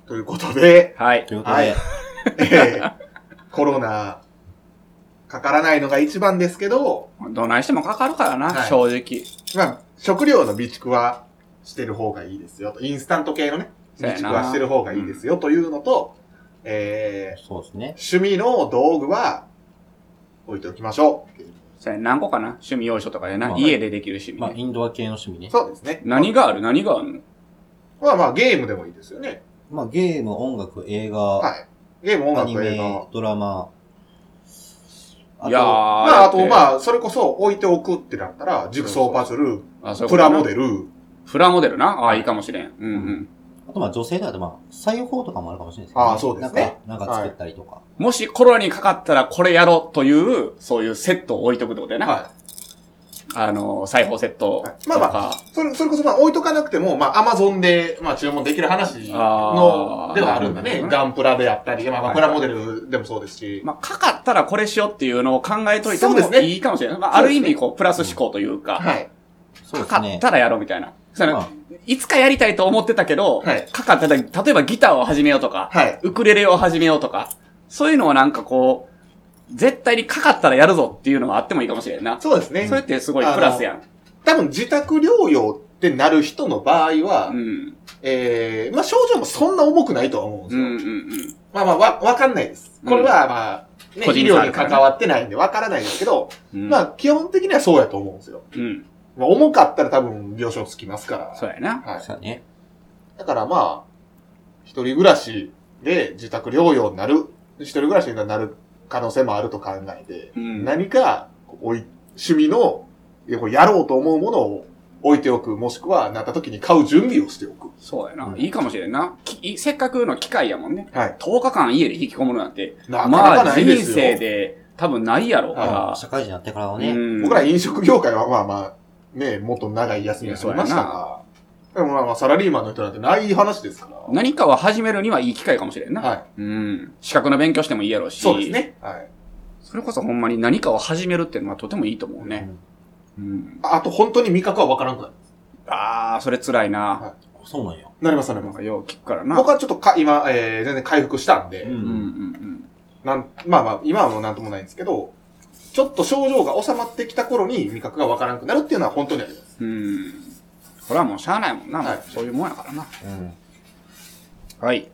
ということで、
はい
と。いうことで、
はいえーコロナ、かからないのが一番ですけど、
どないしてもかかるからな、
はい
正直。
まあ、食料の備蓄はしてる方がいいですよと。インスタント系のね、
そう
備
やな
蓄はしてる方がいいですよというのと、え
そうですね。
ー、趣味の道具は置いておきましょ
それ何個かな趣味要所とかでな、
まあ
家でできる趣味ね、
まあ、インドア系の趣味ね
う。。そうですね。
何がある何があるの
まあまあ、ゲームでもいいですよね。
まあ、ゲーム、音楽、映画、
はい。ゲーム、音
アニ
楽、映
メ
画。、
ドラマ。あと
いやー。
まあ、あと、まあ、それこそ置いておくってなったら、ジグソーパズル、
あ、そういう
プ
ことな
ラモデル、
プラモデルな。ああ、いいかもしれん。うんうん。
あとまあ女性であとまあ、裁縫とかもあるかもしれないですけど、
ああそうですね
なんか、なんか作ったりとか。
もしコロナにかかったらこれやろうという、そういうセットを置いとくってことやな。
は
あの、裁縫セット
はい
と
ま
か。
あまい。それ、それこそまあ置いとかなくても、まあアマゾンで、まあ注文できる話
あ
の
ー、
ではあるんだ
な
ね
るほ。どね
ガンプラであったり、まあま
は
あ
い
プラモデルでもそうですし。
まあ、かかったらこれしようっていうのを考えといても
そうですね
いいかもしれない。まあ、あ
そう
る
です
意
ね
味、こう、プラス思考というか、
はい。
そ
か
うです
かっ
ね。
たらやろうみたいな。その
まあ
いつかやりたいと思ってたけど、
はい
かかったら、例えばギターを始めようとか、
はい。
ウクレレを始めようとか、そういうのをなんかこう、絶対にかかったらやるぞっていうのがあってもいいかもしれんな。
そうですね
そ。れってすごいプラスやん。
多分自宅療養ってなる人の場合は、
うん。
ええまあ症状もそんな重くないとは思うんで
う
す
ん
よ。
うんうん。
まあまあわ、わかんないです。これはまあ、ね、
個
医
人差
療
あ
に
るから
関
ね
わってないんでわからないですけど、
うん、
まあ基本的にはそうやと思うんですよ。
うん。
まあ重かったら多分病床つきますから。
そうやな。
はい。
そうだね。
だからまあ、一人暮らしで自宅療養になる、一人暮らしになる可能性もあると考えて、
うん
何かこうおい趣味のいやこうやろうと思うものを置いておく、もしくはなった時に買う準備をしておく。
そうやな。
うん
いいかもしれんな。きせっかくの機会やもんね。
はい。
10日間家で引きこもるなんて、
なかなか
まあ
ない
人
ですよ。
生で多分ないやろう
まあ
か
社会人になってからは
ら。
ね、
うん
僕ら飲食業界はまあまあ、ね、もっと長い休みがありました
いや
から。でもまあまあ、サラリーマンの人なんてない話ですから。
何かを始めるにはいい機会かもしれんな。
はい。
うん。資格の勉強してもいいやろうし。
そうです。ね。はい。
それこそほんまに何かを始めるっていうのはとてもいいと思うね。うん。
ああと本当に味覚はわからなくなる。
ああ、それ辛いな。
そうなんや。。
なります、なり
なん
ます。
かよう聞くからな。
僕はちょっとか、今、えー、全然回復したんで、
うんうんん
なん、まあまあ、今はもうなんともないんですけど、ちょっと症状が収まってきた頃に味覚がわからなくなるっていうのは本当にあります。
うん。うん。これはもうしゃあないもんな。
はい
もうそういうもんやからな。
うん。
はい。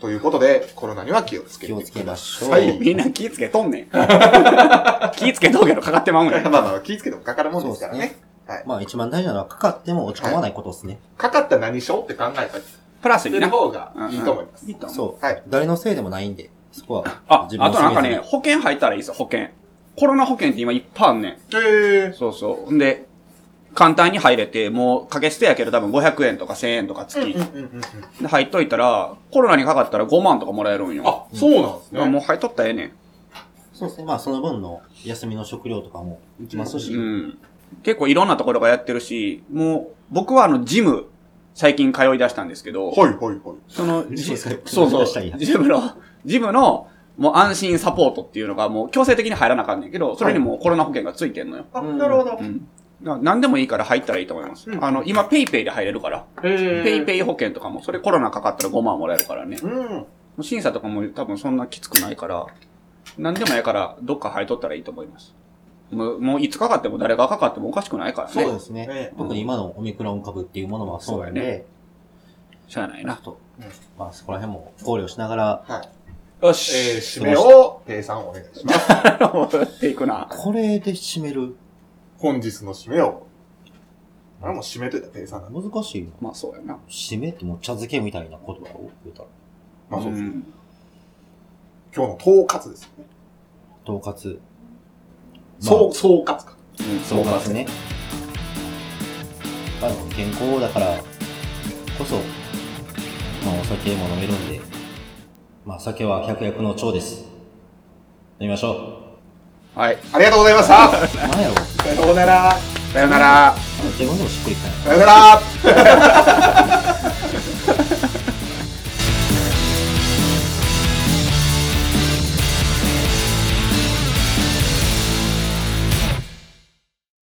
ということで、コロナには気をつけ
気
て
を
く
つけ
だ
ま
さ
しょう。
はい
みんな気ぃつけと んねん。気ぃつけとうけどかかってまうん
い。
や。
まあまあ、気をつけてもかかるもんですからね。
そうで
はい。
まあ一番大事なのはかかっても落ち込まないことですね。
かかった何症って考え
プラス
て
に
る
な。
方がいいと思います。
いいと思う。
そう。
はい
誰のせいでもないんで、そこは。
あ、あと
自分の
なんか
責任
ね、保険入ったらいいですよ、保険。コロナ保険って今いっぱいあんねん。
え
そうそう。んで、簡単に入れて、もう掛け捨てやけど多分500円とか1000円とか
え
月。
うんうんうんうん。
で、入っといたら、コロナにかかったら5万とかもらえるんよ。
あ、そうなんです
だからも
ね。
う入っとったらええね
そうですね。まあその分の休みの食料とかも行きますし。
ん。うん。結構いろんなところがやってるし、もう、僕はあの、ジム、最近通い出したんですけど、
はいはいはい。
その、
ジム通い
そうそう
出したんや、
ジムの、ジムの、もう安心サポートっていうのがもう強制的に入らなあかんねんけど、それにもうコロナ保険がついてんのよ。
あ、
うん
なるほど
う。ん。だから何でもいいから入ったらいいと思います。
うん
あの、今、ペイペイで入れるから。
ええ
ペイペイ保険とかも、それコロナかかったら5万もらえるからね。も
うん。
う審査とかも多分そんなきつくないから、何でもやから、どっか入っとったらいいと思います。もう、もういつかかっても誰がかかってもおかしくないからね。
そうですね。
ね
特に今のオミクロン株っていうものはそうなん
そうや
で、
しゃあない
ちょ
な
っ。と
うん、
まあそこら辺も考慮しながら、
はい。
よ
えー、
し。
締めを、ペイさんお願いします。
戻っていくな。
これで締める。
本日の締めを。あれもう締めといたらペイさんなんで。
難しいな。
まあ、そうやな。
締めってもう茶漬けみたいな言葉を言うたら。
まあそうです。
ん
今日の統括ですよね。
統括。
そう、総括か。
うん
そうですね。まあ、健康だからこそ、まあ、お酒も飲めるんで、まあ、酒は百薬の長です。飲みま しょ
はい。
ありがとうございました。
う。なんやろ
さようなら。
さよなら。
自分でもしっくりきたな
さようなら。